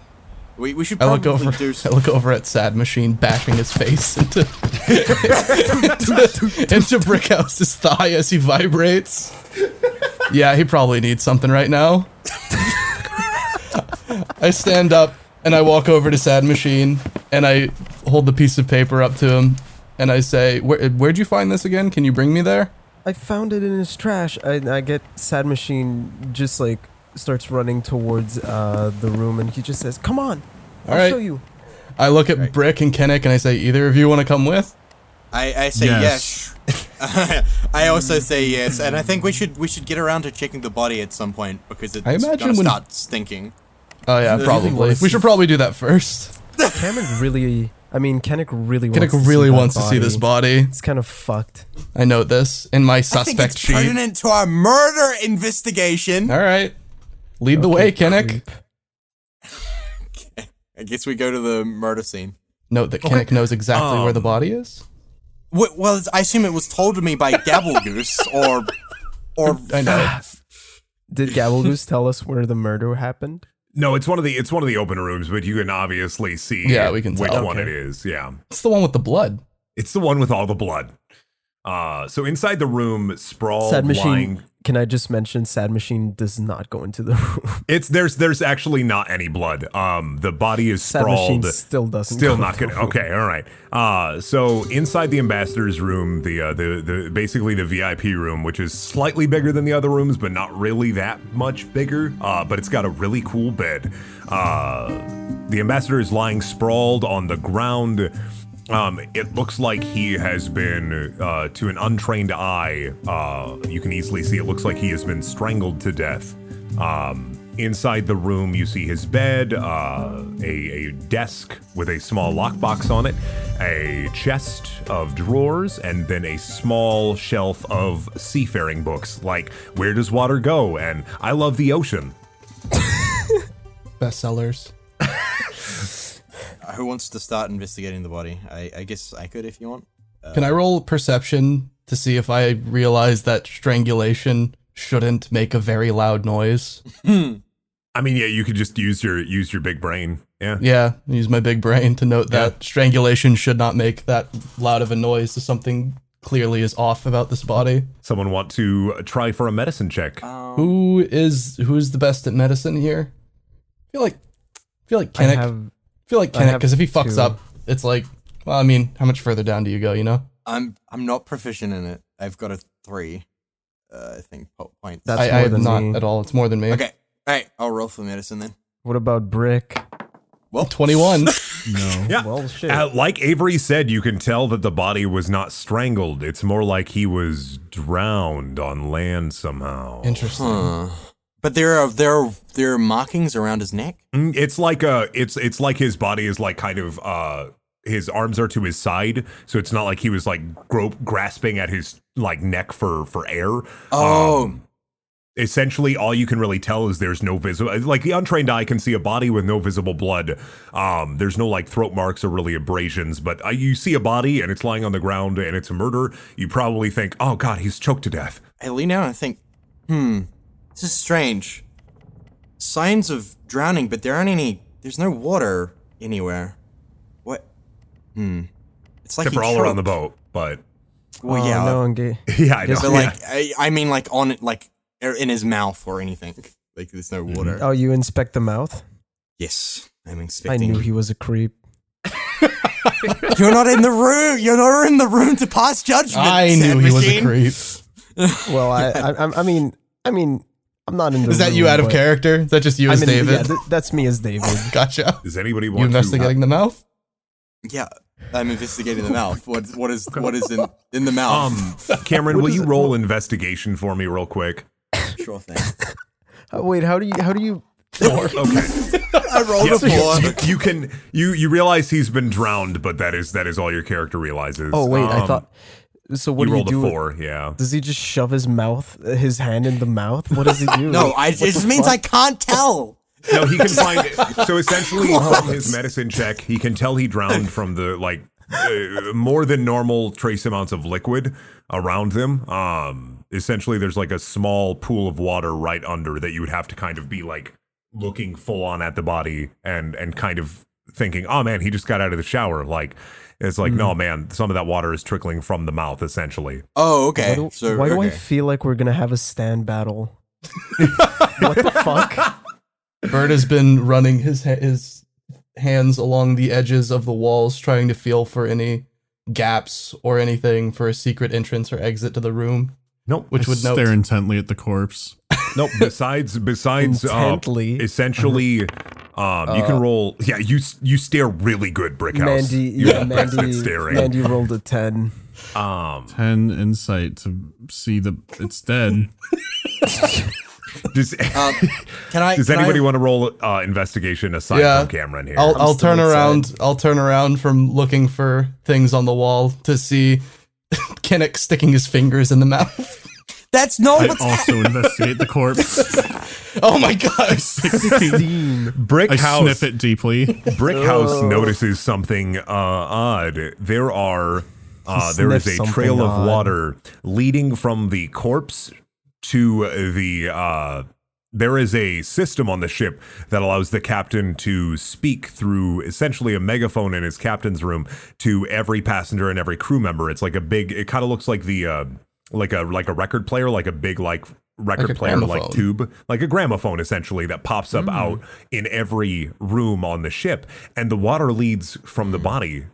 Speaker 5: We, we should
Speaker 3: I
Speaker 5: probably
Speaker 3: look over.
Speaker 5: do
Speaker 3: I look over at Sad Machine bashing his face into into, into Brickhouse's thigh as he vibrates. Yeah, he probably needs something right now. I stand up and I walk over to Sad Machine and I hold the piece of paper up to him and I say, Where, "Where'd you find this again? Can you bring me there?"
Speaker 1: I found it in his trash. I, I get Sad Machine just like starts running towards uh, the room and he just says, Come on, I'll
Speaker 3: right.
Speaker 1: show you.
Speaker 3: I look at Brick and Kennick and I say, "Either of you want to come with?"
Speaker 5: I, I say yes.
Speaker 4: Yes.
Speaker 5: I also say yes, and I think we should we should get around to checking the body at some point because it's
Speaker 3: I imagine
Speaker 5: gonna
Speaker 3: when-
Speaker 5: start stinking.
Speaker 3: Oh yeah,
Speaker 5: Really
Speaker 3: probably.
Speaker 1: wants
Speaker 3: We
Speaker 1: to-
Speaker 3: should probably do that first.
Speaker 1: Hammond really, I mean, Kennick really wants
Speaker 3: Kinnick
Speaker 1: to
Speaker 3: really
Speaker 1: see that
Speaker 3: wants to see this body.
Speaker 1: It's kind of fucked.
Speaker 3: I note this in my
Speaker 5: I think
Speaker 3: suspect
Speaker 5: it's
Speaker 3: sheet.
Speaker 5: pertinent to our murder investigation.
Speaker 3: All right. Lead the way, Kinnick.
Speaker 5: I guess we go to the murder scene.
Speaker 3: Note that Kinnick knows exactly where the
Speaker 2: Um,
Speaker 3: body is.
Speaker 5: Wh- Well, it's- I assume it was told to me by Gabblegoose or or
Speaker 3: I know.
Speaker 1: Did Gabblegoose tell us where the murder happened?
Speaker 2: No, it's one of the it's one of the open rooms, but you can obviously see
Speaker 3: Yeah, we can
Speaker 2: which
Speaker 3: tell.
Speaker 2: one
Speaker 3: Okay.
Speaker 2: it is. Yeah.
Speaker 3: it's the one with the blood.
Speaker 2: It's the one with all the blood. Uh so inside the room, sprawled
Speaker 1: Sad Machine.
Speaker 2: lying
Speaker 1: Can I just mention Sad Machine does not go into the room?
Speaker 2: it's there's there's actually not any blood. Um the body is
Speaker 1: Sad Machine
Speaker 2: sprawled.
Speaker 1: still doesn't.
Speaker 2: Still
Speaker 1: go
Speaker 2: not
Speaker 1: into
Speaker 2: gonna.
Speaker 1: the room.
Speaker 2: Okay, all right. Uh, so inside the ambassador's room, the uh, the the basically the VIP room, which is slightly bigger than the other rooms, but not really that much bigger. Uh, but it's got a really cool bed. Uh, the ambassador is lying sprawled on the ground. Um, it looks like he has been, uh, to an untrained eye, uh, you can easily see. It looks like he has been strangled to death. Um, inside the room, you see his bed, uh, a, a desk with a small lockbox on it, a chest of drawers, and then a small shelf of seafaring books, like Where Does Water Go? and I Love the Ocean.
Speaker 3: Bestsellers.
Speaker 5: who wants to start investigating the body? I, I guess I could if you want.
Speaker 3: Uh, Can I roll perception to see if I realize that strangulation shouldn't make a very loud noise?
Speaker 2: I mean, yeah, you could just use your use your big brain. Yeah.
Speaker 3: Yeah, use my big brain to note that
Speaker 2: Yeah.
Speaker 3: strangulation should not make that loud of a noise. So something clearly is off about this body.
Speaker 2: Someone want to try for a medicine check?
Speaker 3: Who is who is the best at medicine here? I feel like I feel like
Speaker 1: I
Speaker 3: Kinnick.
Speaker 1: have
Speaker 3: feel like
Speaker 1: I
Speaker 3: Kinnick,
Speaker 1: have
Speaker 3: because if he fucks
Speaker 1: two.
Speaker 3: up, it's like, well, I mean, how much further down do you go, you know?
Speaker 5: I'm I'm not proficient in it. I've got a three, uh, I think, po- points.
Speaker 1: That's-
Speaker 3: I,
Speaker 1: more
Speaker 3: I am
Speaker 1: than
Speaker 3: not
Speaker 1: me.
Speaker 3: at all. It's more than me.
Speaker 5: okay. All right, I'll roll for medicine then.
Speaker 1: What about Brick?
Speaker 5: well,
Speaker 3: 21.
Speaker 4: No.
Speaker 2: Yeah.
Speaker 1: Well, shit.
Speaker 2: Uh, like Avery said, you can tell that the body was not strangled. It's more like he was drowned on land somehow.
Speaker 3: Interesting.
Speaker 5: but there are there are, there are markings around his neck.
Speaker 2: Mm, It's like uh it's it's like his body is like kind of uh his arms are to his side, so it's not like he was like grope grasping at his like neck for for air.
Speaker 5: Oh.
Speaker 2: essentially all you can really tell is there's no visible like the untrained eye can see a body with no visible blood um there's no like throat marks or really abrasions but uh, you see a body and it's lying on the ground and it's a murder you probably think oh god he's choked to death
Speaker 5: I lean out and I think, hmm, this is strange. Signs of drowning, but there aren't any. There's no water anywhere. What? Hmm. It's like
Speaker 2: except
Speaker 5: he
Speaker 2: for all around the
Speaker 5: choked.
Speaker 2: boat but
Speaker 3: Oh,
Speaker 5: Well, yeah,
Speaker 1: Oh, no, I'm gay.
Speaker 2: yeah i know
Speaker 5: but like I, I mean, like on it, like er, in his mouth or anything. Like there's
Speaker 2: Mm-hmm.
Speaker 5: no water.
Speaker 1: Oh, you inspect the mouth?
Speaker 5: Yes, I'm
Speaker 1: I
Speaker 5: expecting.
Speaker 1: knew he was a creep.
Speaker 5: You're not in the room. You're not in the room to pass judgment.
Speaker 3: I
Speaker 5: said
Speaker 3: knew he was a
Speaker 5: machine.
Speaker 3: creep.
Speaker 1: Well, I, I, I- I mean, I mean, I'm not in the.
Speaker 3: Is that you
Speaker 1: room,
Speaker 3: out of
Speaker 1: but-
Speaker 3: character? Is that just you
Speaker 1: I
Speaker 3: as
Speaker 1: mean,
Speaker 3: David?
Speaker 1: yeah, th- that's me as David.
Speaker 3: gotcha.
Speaker 2: does anybody
Speaker 3: You
Speaker 2: want to
Speaker 1: uh,
Speaker 3: investigating the mouth?
Speaker 5: Yeah, I'm investigating the mouth. What what is what is in in the mouth?
Speaker 2: Oh um cameron will you roll investigation for me real quick
Speaker 5: sure thing.
Speaker 1: Uh, Wait, how do you? How do you?
Speaker 2: okay
Speaker 5: I rolled
Speaker 2: Yeah,
Speaker 5: a four.
Speaker 2: you, you can you you realize he's been drowned but that is that is all your character realizes
Speaker 1: Oh wait, I
Speaker 2: Um,
Speaker 1: thought. So what do
Speaker 2: you
Speaker 1: you
Speaker 2: rolled
Speaker 1: do?
Speaker 2: a four yeah
Speaker 1: Does he just shove his mouth, his hand in the mouth? What does he do?
Speaker 5: No,
Speaker 1: Like,
Speaker 5: I, it
Speaker 1: what the
Speaker 5: just means
Speaker 1: fuck?
Speaker 5: I can't tell.
Speaker 2: No, he can find it. So essentially, from his medicine check, he can tell he drowned from the like uh, more than normal trace amounts of liquid around him. Um, essentially, there's like a small pool of water right under that you would have to kind of be like looking full on at the body and and kind of thinking, oh man, he just got out of the shower. Like it's like, no man, some of that water is trickling from the mouth. Essentially,
Speaker 5: Oh, okay.
Speaker 1: Why do,
Speaker 5: so
Speaker 1: why do I
Speaker 5: okay.
Speaker 1: feel like we're gonna have a stand battle? what the fuck?
Speaker 3: Bird has been running his ha- his hands along the edges of the walls, trying to feel for any gaps or anything for a secret entrance or exit to the room.
Speaker 2: Nope.
Speaker 3: which would note.
Speaker 4: stare intently at the corpse.
Speaker 2: Nope. Besides, besides, uh,
Speaker 1: Intently.
Speaker 2: essentially, um, you can roll. Yeah, you s- you stare really good, Brickhouse.
Speaker 1: Mandy,
Speaker 2: You're
Speaker 1: yeah,
Speaker 2: the best at
Speaker 1: Mandy,
Speaker 2: staring.
Speaker 1: Mandy rolled a ten.
Speaker 2: Um,
Speaker 4: Ten insight to see that it's dead.
Speaker 2: does
Speaker 5: Um, can I?
Speaker 2: does
Speaker 5: can I-
Speaker 2: anybody want to roll uh, investigation aside
Speaker 3: Yeah.
Speaker 2: from Cameron here?
Speaker 3: I'll I'll
Speaker 1: still
Speaker 3: turn
Speaker 1: inside.
Speaker 3: around. I'll turn around from looking for things on the wall to see Kinnick sticking his fingers in the mouth.
Speaker 5: That's not
Speaker 4: I
Speaker 5: what's.
Speaker 4: also investigate the corpse.
Speaker 3: oh my god!
Speaker 1: Dean,
Speaker 4: I sniff
Speaker 2: Brickhouse
Speaker 4: it deeply.
Speaker 2: Brickhouse notices something uh, odd. There are uh, there is
Speaker 1: sniffs
Speaker 2: a
Speaker 1: something
Speaker 2: trail of
Speaker 1: odd.
Speaker 2: water leading from the corpse to the. Uh, there is a system on the ship that allows the captain to speak through essentially a megaphone in his captain's room to every passenger and every crew member. It's like a big. It kind of looks like the uh, like a like a record player, like a big like record
Speaker 3: Like a
Speaker 2: player, like
Speaker 3: gramophone. Hmm.
Speaker 2: two tube, like a gramophone essentially, that pops up out in every room on the ship, and the water leads from the body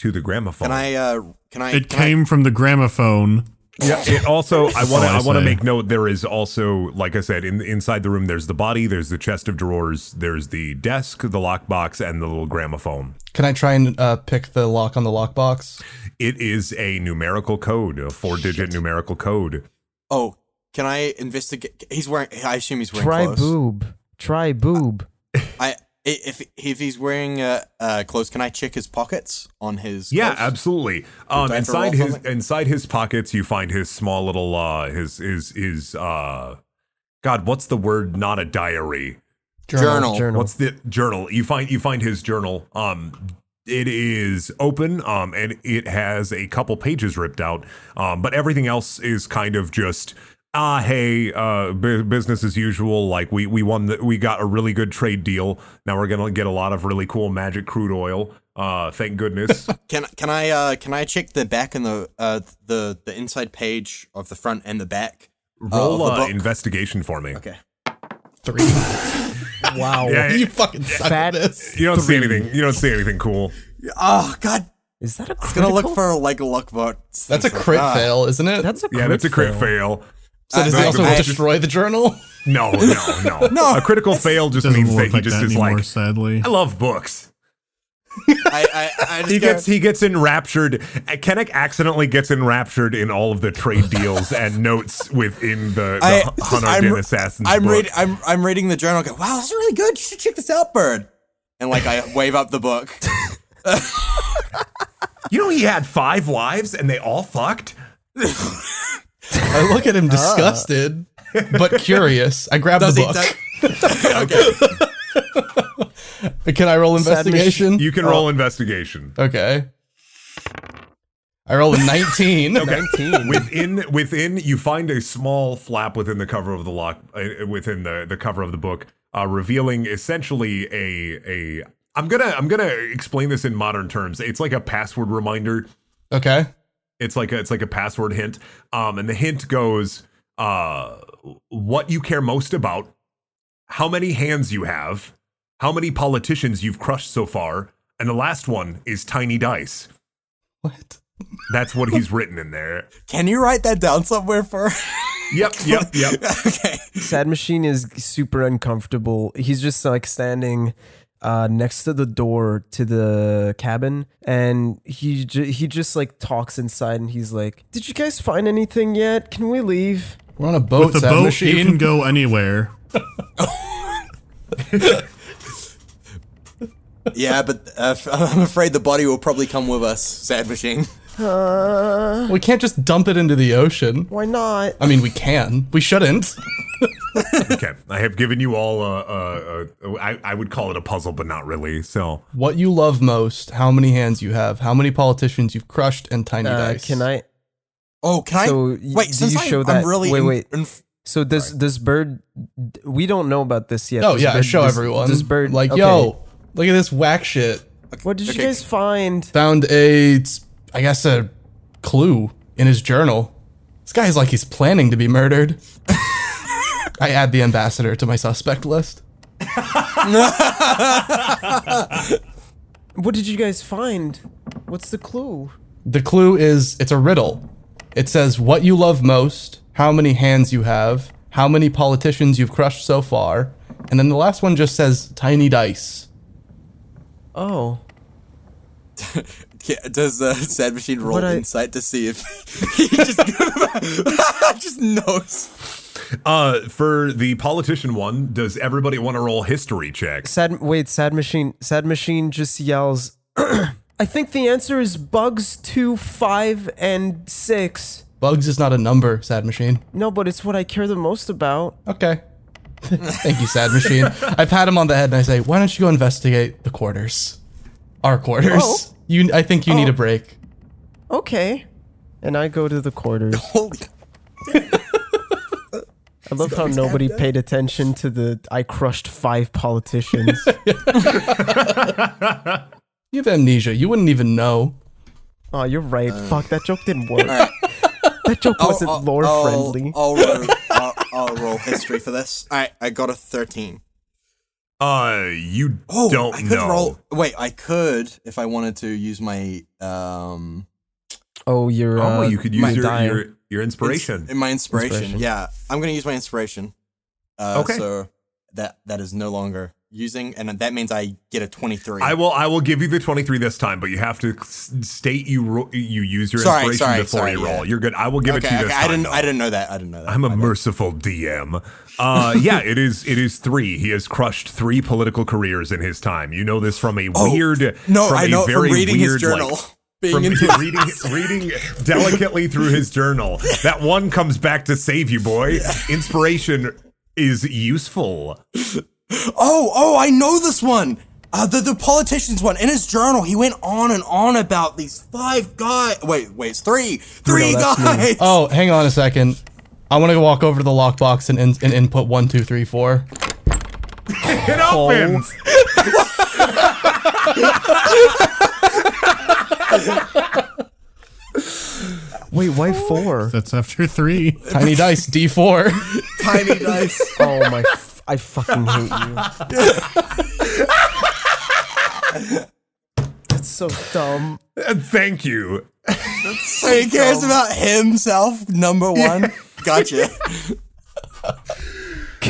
Speaker 2: to the gramophone.
Speaker 5: Can I? Uh, can I?
Speaker 4: It
Speaker 5: can I-
Speaker 4: came from the gramophone.
Speaker 2: Yeah. It also, I want to.
Speaker 4: all I
Speaker 2: I want to
Speaker 4: say.
Speaker 2: make note. There is also, like I said, in inside the room, there's the body, there's the chest of drawers, there's the desk, the lockbox, and the little gramophone.
Speaker 3: Can I try and uh, pick the lock on the lockbox?
Speaker 2: It is a numerical code, a four-digit numerical code.
Speaker 5: oh, can I investigate? He's wearing. I assume he's wearing
Speaker 1: try
Speaker 5: clothes.
Speaker 1: boob, try boob.
Speaker 5: I i- if if he's wearing uh, uh clothes, can I check his pockets on his?
Speaker 2: Yeah,
Speaker 5: clothes?
Speaker 2: absolutely. Um,
Speaker 5: Time for roll
Speaker 2: inside his
Speaker 5: something?
Speaker 2: inside his pockets, you find his small little uh, his his his uh, God, what's the word? Not a diary.
Speaker 5: Journal.
Speaker 1: Journal.
Speaker 2: What's the journal? You find you find his journal. Um, it is open. Um, and it has a couple pages ripped out. Um, but everything else is kind of just. Ah, hey, uh, bu- business as usual. Like we we won, the, we got a really good trade deal. Now we're gonna get a lot of really cool magic crude oil. Uh, thank goodness.
Speaker 5: Can can I? Uh, can I check the back and the uh the the inside page of the front and the back? uh,
Speaker 2: Roll
Speaker 5: of the
Speaker 2: uh,
Speaker 5: book?
Speaker 2: investigation for me.
Speaker 5: Okay.
Speaker 3: Three.
Speaker 1: Wow,
Speaker 2: Yeah,
Speaker 3: you fucking suck at
Speaker 1: Fat-
Speaker 3: this.
Speaker 2: You don't see anything. You don't see anything cool.
Speaker 5: Oh God!
Speaker 1: is that a
Speaker 5: It's gonna
Speaker 1: critical?
Speaker 5: look for like ah. luck vote.
Speaker 3: That's a crit fail, isn't it?
Speaker 1: That's a crit
Speaker 2: Yeah, that's a crit
Speaker 1: fail.
Speaker 2: fail.
Speaker 5: So does
Speaker 3: Does he
Speaker 5: that
Speaker 3: also
Speaker 5: I-
Speaker 3: destroy the journal?
Speaker 2: No, no, no. no. A critical fail just
Speaker 4: Doesn't
Speaker 2: means that
Speaker 4: look
Speaker 2: he
Speaker 4: like
Speaker 2: just
Speaker 4: that
Speaker 2: is
Speaker 4: anymore,
Speaker 2: like,
Speaker 4: sadly.
Speaker 2: I love books.
Speaker 5: I, I, I just
Speaker 2: He
Speaker 5: got-
Speaker 2: gets he gets enraptured. Uh, Kennick accidentally gets enraptured in all of the trade deals and notes within the, the
Speaker 5: I,
Speaker 2: Hunter
Speaker 5: I'm-
Speaker 2: Den Assassin's
Speaker 5: I'm
Speaker 2: book.
Speaker 5: reading. I'm I'm reading the journal. I Go, wow, this is really good. You should check this out, Bird. And like I wave up the book.
Speaker 2: you know, he had five wives and they all fucked.
Speaker 3: I look at him disgusted, but curious. I grab
Speaker 5: Does
Speaker 3: the
Speaker 5: he?
Speaker 3: book.
Speaker 5: does- okay.
Speaker 3: Can I roll
Speaker 1: Sadness-
Speaker 3: investigation?
Speaker 2: You
Speaker 5: Oh.
Speaker 2: can roll investigation.
Speaker 3: okay. I roll a 19.
Speaker 2: Okay. within within you find a small flap within the cover of the lock uh, within the the cover of the book uh, revealing essentially a a I'm going to I'm going to explain this in modern terms. It's like a password reminder.
Speaker 3: Okay.
Speaker 2: It's like a, it's like a password hint. Um, and the hint goes, uh, what you care most about, how many hands you have, how many politicians you've crushed so far, and the last one is tiny dice.
Speaker 3: What?
Speaker 2: That's what he's written in there.
Speaker 5: Can you write that down somewhere for?
Speaker 2: Yep, yep, yep.
Speaker 5: okay.
Speaker 1: Sad Machine is super uncomfortable. He's just like standing uh, next to the door to the cabin, and he ju- he just like talks inside, and he's like, "Did you guys find anything yet? Can we leave?"
Speaker 3: We're on a boat,
Speaker 4: With the
Speaker 3: Sad
Speaker 4: boat,
Speaker 3: machine.
Speaker 4: you can go anywhere.
Speaker 5: Yeah, but uh, f- I'm afraid the body will probably come with us. Sad machine.
Speaker 3: we can't just dump it into the ocean.
Speaker 1: Why not?
Speaker 3: I mean, we can. We shouldn't.
Speaker 2: Okay, I have given you all a, a, a I, I would call it a puzzle, but not really. So
Speaker 3: What you love most, how many hands you have, how many politicians you've crushed, and tiny
Speaker 1: Uh,
Speaker 3: dice.
Speaker 1: can I?
Speaker 5: Oh, can
Speaker 1: So,
Speaker 5: I?
Speaker 1: y-
Speaker 5: Wait,
Speaker 1: do
Speaker 5: since
Speaker 1: you
Speaker 5: I,
Speaker 1: show
Speaker 5: I'm
Speaker 1: that-
Speaker 5: really
Speaker 1: wait,
Speaker 5: in-
Speaker 1: wait.
Speaker 5: in-
Speaker 1: So does this bird? We don't know about this yet.
Speaker 3: Oh
Speaker 1: This
Speaker 3: yeah, I
Speaker 1: bird-
Speaker 3: show
Speaker 1: this-
Speaker 3: everyone.
Speaker 1: This bird,
Speaker 3: like,
Speaker 1: okay.
Speaker 3: yo, look at this whack shit.
Speaker 1: what did you
Speaker 5: Okay.
Speaker 1: guys find?
Speaker 3: Found a, I guess, a clue in his journal. This guy's like he's planning to be murdered. I add the ambassador to my suspect list.
Speaker 1: What did you guys find? What's the clue?
Speaker 3: The clue is it's a riddle. It says what you love most, how many hands you have, how many politicians you've crushed so far, and then the last one just says tiny dice.
Speaker 1: Oh,
Speaker 5: Yeah, does uh, Sad Machine roll
Speaker 1: What I-
Speaker 5: insight to see if he just, just knows?
Speaker 2: uh, for the politician one, does everybody want to roll history checks?
Speaker 1: sad. Wait, sad machine. Sad machine just yells. I think the answer is bugs two, five, and six.
Speaker 3: Bugs is not a number, sad machine.
Speaker 1: No, but it's what I care the most about.
Speaker 3: Okay. Thank you, sad machine. I pat him on the head and I say, "Why don't you go investigate the quarters, our quarters?
Speaker 1: Oh.
Speaker 3: You, I think you need a break."
Speaker 1: Okay. And I go to the quarters.
Speaker 5: Holy,
Speaker 1: I love how nobody paid attention to the I crushed five politicians.
Speaker 3: You have amnesia. You wouldn't even know.
Speaker 1: oh, you're right.
Speaker 2: Uh.
Speaker 1: Fuck, that joke didn't work. That joke
Speaker 2: Oh,
Speaker 1: wasn't lore friendly.
Speaker 5: I'll, roll, I'll, I'll roll history for this. All right, I got a thirteen.
Speaker 2: Uh, you
Speaker 5: Oh,
Speaker 2: don't
Speaker 5: I could
Speaker 2: know.
Speaker 5: roll. Wait, I could if I wanted to use my um
Speaker 1: Oh, you're. uh,
Speaker 2: oh, you could use
Speaker 1: my
Speaker 2: your,
Speaker 1: die.
Speaker 2: your your
Speaker 5: ins-
Speaker 2: inspiration.
Speaker 5: my inspiration.
Speaker 1: Inspiration.
Speaker 5: Yeah, I'm gonna use my inspiration. Uh,
Speaker 2: Okay.
Speaker 5: So that that is no longer using, and that means I get a twenty-three.
Speaker 2: I will I will give you the twenty three this time, but you have to s- state you ro- you use your
Speaker 5: Sorry,
Speaker 2: inspiration
Speaker 5: sorry,
Speaker 2: before
Speaker 5: sorry,
Speaker 2: you roll.
Speaker 5: yeah.
Speaker 2: You're good. I will give
Speaker 5: okay,
Speaker 2: it to you
Speaker 5: okay,
Speaker 2: this
Speaker 5: I
Speaker 2: time.
Speaker 5: didn't.
Speaker 2: though.
Speaker 5: I didn't know that. I didn't know that.
Speaker 2: I'm a
Speaker 5: I-
Speaker 2: merciful DM. Uh, yeah, it is. It is three. He has crushed three political careers in his time. You know this from a weird.
Speaker 5: Oh, no,
Speaker 2: from
Speaker 5: I
Speaker 2: a
Speaker 5: know it from
Speaker 2: very
Speaker 5: reading
Speaker 2: weird,
Speaker 5: his journal.
Speaker 2: like,
Speaker 5: being
Speaker 2: from
Speaker 5: into
Speaker 2: reading, reading delicately through his journal. That one comes back to save you, boy. Inspiration is useful.
Speaker 5: Oh, oh, I know this one. Uh, the the politicians one. In his journal, he went on and on about these five guys. Wait, wait, it's three, three
Speaker 1: that's me.
Speaker 5: guys.
Speaker 3: Oh, hang on a second. I want to walk over to the lockbox and, in, and input one, two, three, four.
Speaker 2: It opens.
Speaker 1: Wait, why four?
Speaker 4: That's after three.
Speaker 3: Tiny dice, D four.
Speaker 5: Tiny dice.
Speaker 1: Oh my! F- I fucking hate you. That's so dumb.
Speaker 2: Uh, Thank you.
Speaker 5: So he cares about himself, number one. gotcha.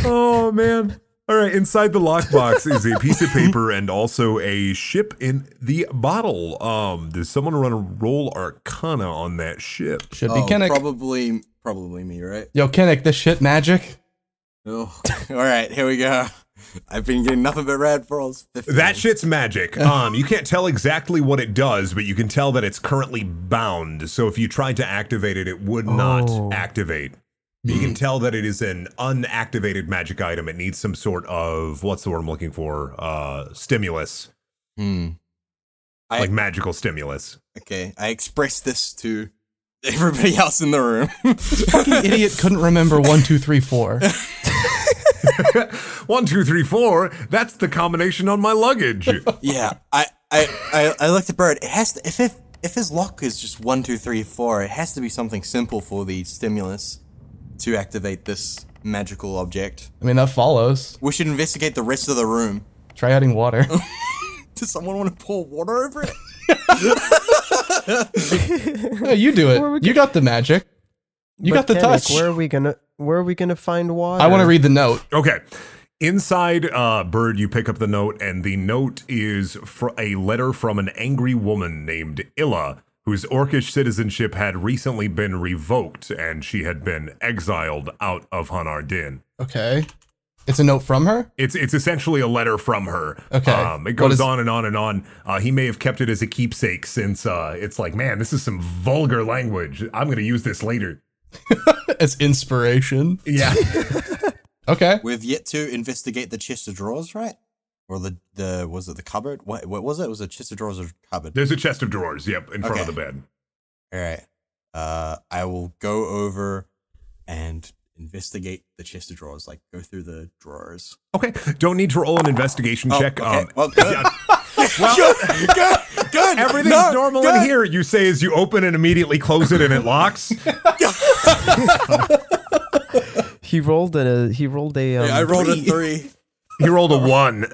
Speaker 2: Oh man. All right, inside the lockbox is a piece of paper and also a ship in the bottle. Um, does someone run a roll arcana on that ship?
Speaker 3: Should be
Speaker 5: Oh,
Speaker 3: Kinnick.
Speaker 5: probably, probably me, right?
Speaker 3: Yo, Kinnick, this shit magic.
Speaker 5: Oh, all right, here we go. I've been getting nothing but red balls. 15.
Speaker 2: That shit's magic. Um, you can't tell exactly what it does, but you can tell that it's currently bound. So if you tried to activate it, it would not
Speaker 1: Oh.
Speaker 2: activate. You can tell that it is an unactivated magic item. It needs some sort of what's the word I'm looking for? Uh, stimulus,
Speaker 5: Hmm. I-
Speaker 2: like magical stimulus.
Speaker 5: Okay, I expressed this to everybody else in the room.
Speaker 3: Idiot couldn't remember one, two, three, four.
Speaker 2: One, two, three, four. That's the combination on my luggage.
Speaker 5: yeah, I, I, I, I looked at Bird. It has to if if if his lock is just one, two, three, four. It has to be something simple for the stimulus to activate this magical object.
Speaker 3: I mean, that follows.
Speaker 5: We should investigate the rest of the room.
Speaker 3: Try adding water.
Speaker 5: Does someone want to pour water over it?
Speaker 3: No, you do it. You got the magic. You
Speaker 1: But
Speaker 3: got the
Speaker 1: Kennick,
Speaker 3: touch.
Speaker 1: Where are we gonna Where are we gonna find water?
Speaker 3: I want to read the note.
Speaker 2: Okay. Inside uh, Bird, you pick up the note, and the note is fr- a letter from an angry woman named Illa, whose Orcish citizenship had recently been revoked, and she had been exiled out of Hanar Din.
Speaker 3: Okay. It's a note from her?
Speaker 2: It's it's essentially a letter from her.
Speaker 3: Okay.
Speaker 2: Um, it
Speaker 3: What
Speaker 2: goes
Speaker 3: is-
Speaker 2: on and on and on. Uh, he may have kept it as a keepsake since uh, it's like, man, this is some vulgar language. I'm going to use this later.
Speaker 3: It's inspiration.
Speaker 2: Yeah.
Speaker 3: Okay.
Speaker 5: We've yet to investigate the chest of drawers, right? Or the the was it the cupboard? What what was it? Was it chest of drawers or cupboard?
Speaker 2: There's a chest of drawers, yep, in front of
Speaker 5: Okay.
Speaker 2: the bed.
Speaker 5: All right. Uh, I will go over and investigate the chest of drawers. Like go through the drawers.
Speaker 2: Okay. Don't need to roll an investigation
Speaker 5: Oh,
Speaker 2: check.
Speaker 5: okay.
Speaker 2: Um,
Speaker 5: well, good. good, good, good.
Speaker 2: Everything's
Speaker 5: No,
Speaker 2: normal in
Speaker 5: good.
Speaker 2: here. You say as you open and immediately close it and it locks.
Speaker 1: He rolled a. He rolled a. Um,
Speaker 5: Yeah, I rolled a
Speaker 1: three.
Speaker 5: three.
Speaker 2: You rolled a one.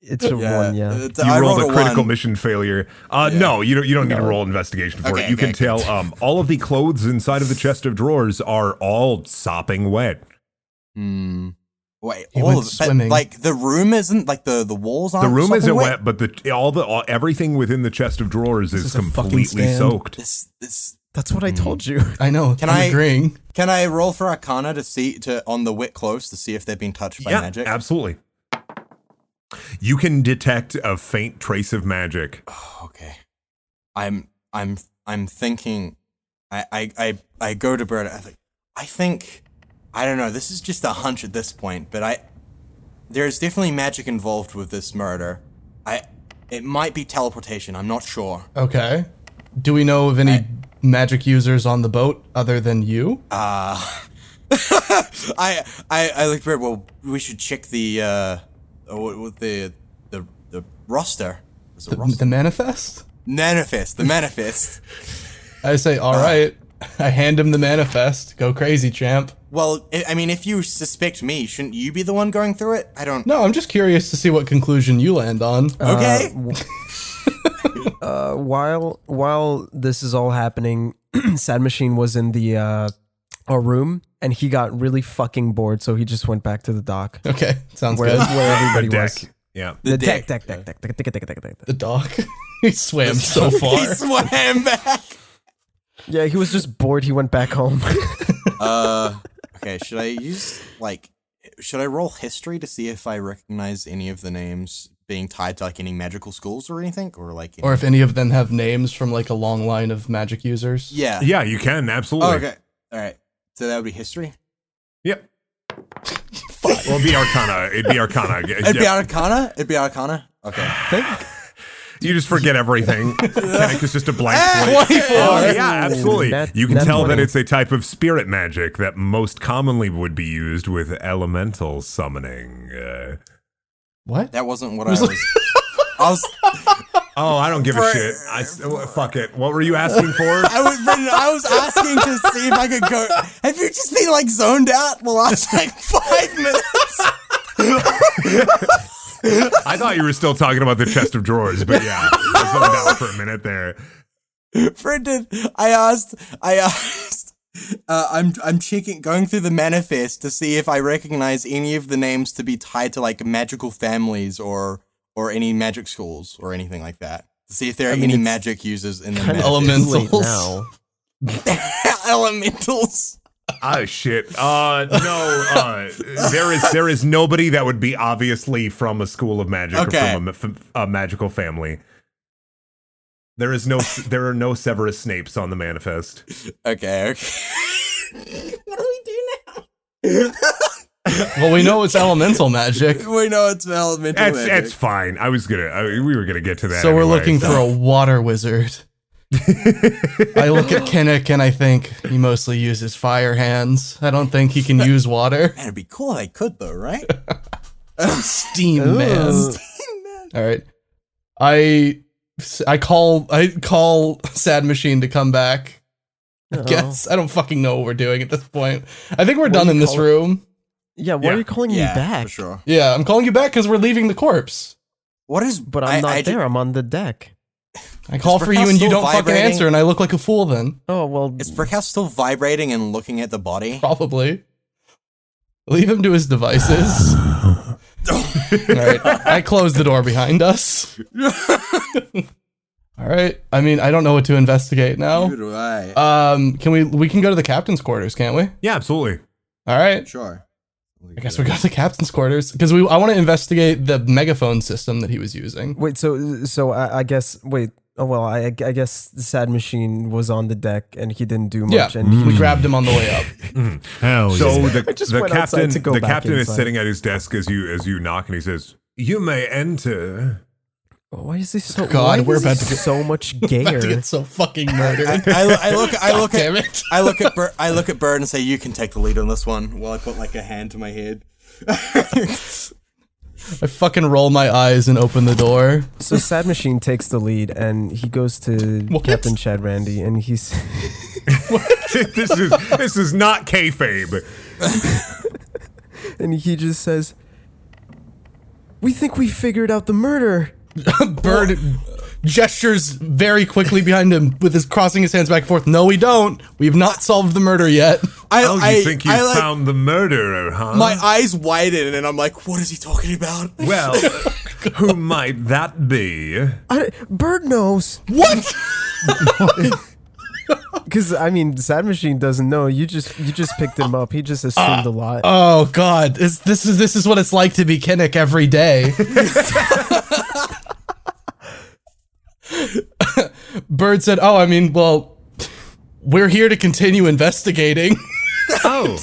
Speaker 1: It's a one. Yeah.
Speaker 5: it's-
Speaker 2: You
Speaker 5: I
Speaker 2: rolled
Speaker 5: rolled
Speaker 2: a critical
Speaker 5: one.
Speaker 2: mission failure. Uh, No, you don't. You don't need to roll investigation for
Speaker 5: Okay,
Speaker 2: it. You
Speaker 5: okay,
Speaker 2: can tell um, all of the clothes inside of the chest of drawers are all sopping wet.
Speaker 5: Hmm. Wait,
Speaker 3: He
Speaker 5: all
Speaker 3: went
Speaker 5: of it. But,
Speaker 3: swimming.
Speaker 5: like the room isn't like the the walls
Speaker 2: The
Speaker 5: aren't.
Speaker 2: room
Speaker 5: sopping
Speaker 2: isn't wet, but the all the all, everything within the chest of drawers is,
Speaker 3: is a fucking
Speaker 2: completely
Speaker 3: stand.
Speaker 2: soaked.
Speaker 5: This this.
Speaker 1: That's what I told you.
Speaker 3: I know.
Speaker 5: Can
Speaker 3: I'm
Speaker 5: I-
Speaker 3: agreeing.
Speaker 5: Can I roll for Arcana to see to on the wet clothes to see if they've been touched by
Speaker 2: yeah,
Speaker 5: magic?
Speaker 2: absolutely. You can detect a faint trace of magic.
Speaker 5: Oh, okay. I'm I'm I'm thinking I I I, I go to Bird. I think I think I don't know. This is just a hunch at this point, but I there is definitely magic involved with this murder. I it might be teleportation. I'm not sure.
Speaker 3: Okay. Do we know of any magic users on the boat other than you?
Speaker 5: I I I looked Bird. Well, we should check the uh what, what the the the roster. Is it roster?
Speaker 3: the manifest?
Speaker 5: manifest. The manifest.
Speaker 3: I say, all right. I hand him the manifest. Go crazy, champ.
Speaker 5: Well, I I mean, if you suspect me, shouldn't you be the one going through it? I don't.
Speaker 3: No, I'm just curious to see what conclusion you land on.
Speaker 5: Okay.
Speaker 1: Uh, while while this is all happening, Sad Machine was in the uh, our room, and he got really fucking bored, so he just went back to the dock
Speaker 3: Okay, sounds
Speaker 1: where,
Speaker 3: good.
Speaker 1: where everybody
Speaker 2: deck.
Speaker 1: was.
Speaker 2: Yeah.
Speaker 1: The
Speaker 5: deck.
Speaker 1: deck, deck, deck, deck, deck, deck, deck, deck, deck,
Speaker 3: The
Speaker 1: deck.
Speaker 3: dock. he swam so far.
Speaker 5: He swam back.
Speaker 1: Yeah, he was just bored. He went back home.
Speaker 5: Uh, okay. Should I use like? Should I roll history to see if I recognize any of the names being tied to like any magical schools or anything, or like?
Speaker 3: Or if any of them have names from like a long line of magic users.
Speaker 5: yeah.
Speaker 2: Yeah, you can absolutely.
Speaker 5: Oh, okay. All right. So that would be history.
Speaker 2: Yep. Well, it'd be Arcana. It'd be Arcana.
Speaker 5: It'd
Speaker 2: Yeah.
Speaker 5: be Arcana. It'd be Arcana. Okay.
Speaker 2: You just forget everything. Panic is just a blank
Speaker 5: Ah,
Speaker 2: slate.
Speaker 5: 24.
Speaker 2: Oh, yeah, absolutely.
Speaker 1: Nat-
Speaker 2: you can
Speaker 1: nat
Speaker 2: tell that
Speaker 1: 20.
Speaker 2: it's a type of spirit magic that most commonly would be used with elemental summoning. Uh,
Speaker 3: What?
Speaker 5: That wasn't what I was. I was.
Speaker 2: oh, I don't give a
Speaker 5: Right.
Speaker 2: shit. I s- uh, fuck it. What were you asking for?
Speaker 5: I was. Brendan, I was asking to see if I could go. Have you just been like zoned out the last like five minutes?
Speaker 2: I thought you were still talking about the chest of drawers, but yeah, I zoned out for a minute there.
Speaker 5: Brendan, I asked, I asked Uh, I'm I'm checking, going through the manifest to see if I recognize any of the names to be tied to like magical families or or any magic schools or anything like that. To see if there are
Speaker 1: I mean,
Speaker 5: any
Speaker 1: it's
Speaker 5: magic users in the
Speaker 1: Kinda
Speaker 5: manifest.
Speaker 1: too late
Speaker 3: Elementals.
Speaker 1: now.
Speaker 5: elementals.
Speaker 2: Oh shit! Uh, no, uh, there is there is nobody that would be obviously from a school of magic
Speaker 5: Okay.
Speaker 2: or from a, f- a magical family. There is no there are no Severus Snapes on the manifest.
Speaker 5: Okay, okay. what do we do
Speaker 3: Well, we know it's elemental magic,
Speaker 5: now? we know it's elemental
Speaker 2: That's
Speaker 5: magic.
Speaker 2: that's fine. I was gonna I, we were gonna get to that.
Speaker 3: so we're
Speaker 2: anyway.
Speaker 3: looking for a water wizard. I look at Kinnick and I think he mostly uses fire hands. I don't think he can use water.
Speaker 5: Man, it'd be cool if I could though, right?
Speaker 3: Steam
Speaker 1: Ooh.
Speaker 3: man. All right. I I call I call Sad Machine to come back. I
Speaker 1: Oh.
Speaker 3: guess I don't fucking know what we're doing at this point. I think we're
Speaker 1: do
Speaker 3: done
Speaker 1: you
Speaker 3: in this
Speaker 1: call it?
Speaker 3: room.
Speaker 1: Yeah, why
Speaker 2: Yeah.
Speaker 1: are you calling
Speaker 5: yeah,
Speaker 1: me back?
Speaker 5: for sure.
Speaker 3: Yeah, I'm calling you back because we're leaving the corpse.
Speaker 5: What is?
Speaker 1: But I'm
Speaker 5: I-
Speaker 1: not
Speaker 5: I did-
Speaker 1: there. I'm on the deck.
Speaker 3: I call for
Speaker 5: Brickhouse
Speaker 3: you and you
Speaker 5: still
Speaker 3: don't fucking
Speaker 5: vibrating?
Speaker 3: answer, and I look like a fool then.
Speaker 1: Oh well.
Speaker 5: Is Brickhouse still vibrating and looking at the body?
Speaker 3: Probably. Leave him to his devices. All right. I close the door behind us. All right. I mean, I don't know what to investigate now.
Speaker 5: Neither do I.
Speaker 1: Uh,
Speaker 3: Um, can we we can go to the captain's quarters, can't we?
Speaker 2: yeah, absolutely.
Speaker 3: All right.
Speaker 5: sure.
Speaker 3: I guess we go to the captain's quarters because we I want to investigate the megaphone system that he was using.
Speaker 1: wait. So so I, I guess wait. Oh well. I I guess the sad machine was on the deck and he didn't do
Speaker 3: Yeah.
Speaker 1: much. And he,
Speaker 3: We grabbed him on the way up.
Speaker 4: Hell
Speaker 2: So
Speaker 4: yeah.
Speaker 2: the,
Speaker 1: I just
Speaker 2: the
Speaker 1: went outside
Speaker 2: captain
Speaker 1: to go
Speaker 2: the
Speaker 1: back
Speaker 2: captain is
Speaker 1: inside.
Speaker 2: sitting at his desk as you as you knock and he says, "You may enter."
Speaker 1: why is he so?
Speaker 3: God,
Speaker 1: why
Speaker 3: we're
Speaker 1: is
Speaker 3: about
Speaker 1: he
Speaker 3: to get-
Speaker 1: so much
Speaker 3: About
Speaker 1: gayer.
Speaker 3: to get so fucking
Speaker 5: I,
Speaker 3: murdered.
Speaker 5: I, lo- I look. I look
Speaker 3: Damn
Speaker 5: at.
Speaker 3: it.
Speaker 5: I look at. Bird, I look at Bird and say, "You can take the lead on this one." While I put like a hand to my head.
Speaker 3: I fucking roll my eyes and open the door.
Speaker 1: So sad machine takes the lead and he goes to
Speaker 3: What?
Speaker 1: Captain Chad Randy and he's
Speaker 2: this is this is not kayfabe.
Speaker 1: and he just says, "We think we figured out the murder."
Speaker 3: Bird gestures very quickly behind him with his crossing his hands back and forth. No, we don't. We've not solved the murder yet.
Speaker 5: I,
Speaker 2: Oh, you
Speaker 5: I,
Speaker 2: think you
Speaker 5: I, like,
Speaker 2: found the murderer, huh?
Speaker 5: My eyes widen and I'm like, "What is he talking about?"
Speaker 2: Well, who might that be?
Speaker 1: I, Bird knows
Speaker 3: What?
Speaker 1: because I mean, sad machine doesn't know. You just you just picked him up. He just assumed a lot.
Speaker 3: Oh God! This, this is this is what it's like to be Kinnick every day. Bird said, "Oh, I mean, well, we're here to continue investigating."
Speaker 2: Oh,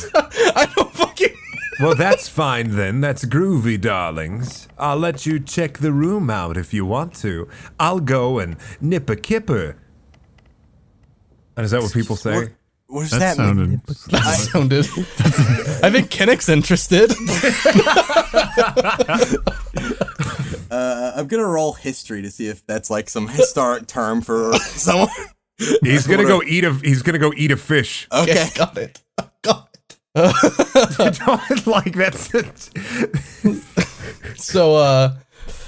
Speaker 3: I don't fucking.
Speaker 2: well, that's fine then. That's groovy, darlings. I'll let you check the room out if you want to. I'll go and nip a kipper. And is that what people say?
Speaker 5: What does
Speaker 4: that
Speaker 5: that, mean?
Speaker 4: sounded.
Speaker 3: That sounded. I think Kinnick's interested.
Speaker 5: Uh, I'm gonna roll history to see if that's like some historic term for someone.
Speaker 2: He's gonna go eat a. He's gonna go eat a fish.
Speaker 5: Okay.
Speaker 3: got it. Got it.
Speaker 2: like that's. It.
Speaker 3: So, uh,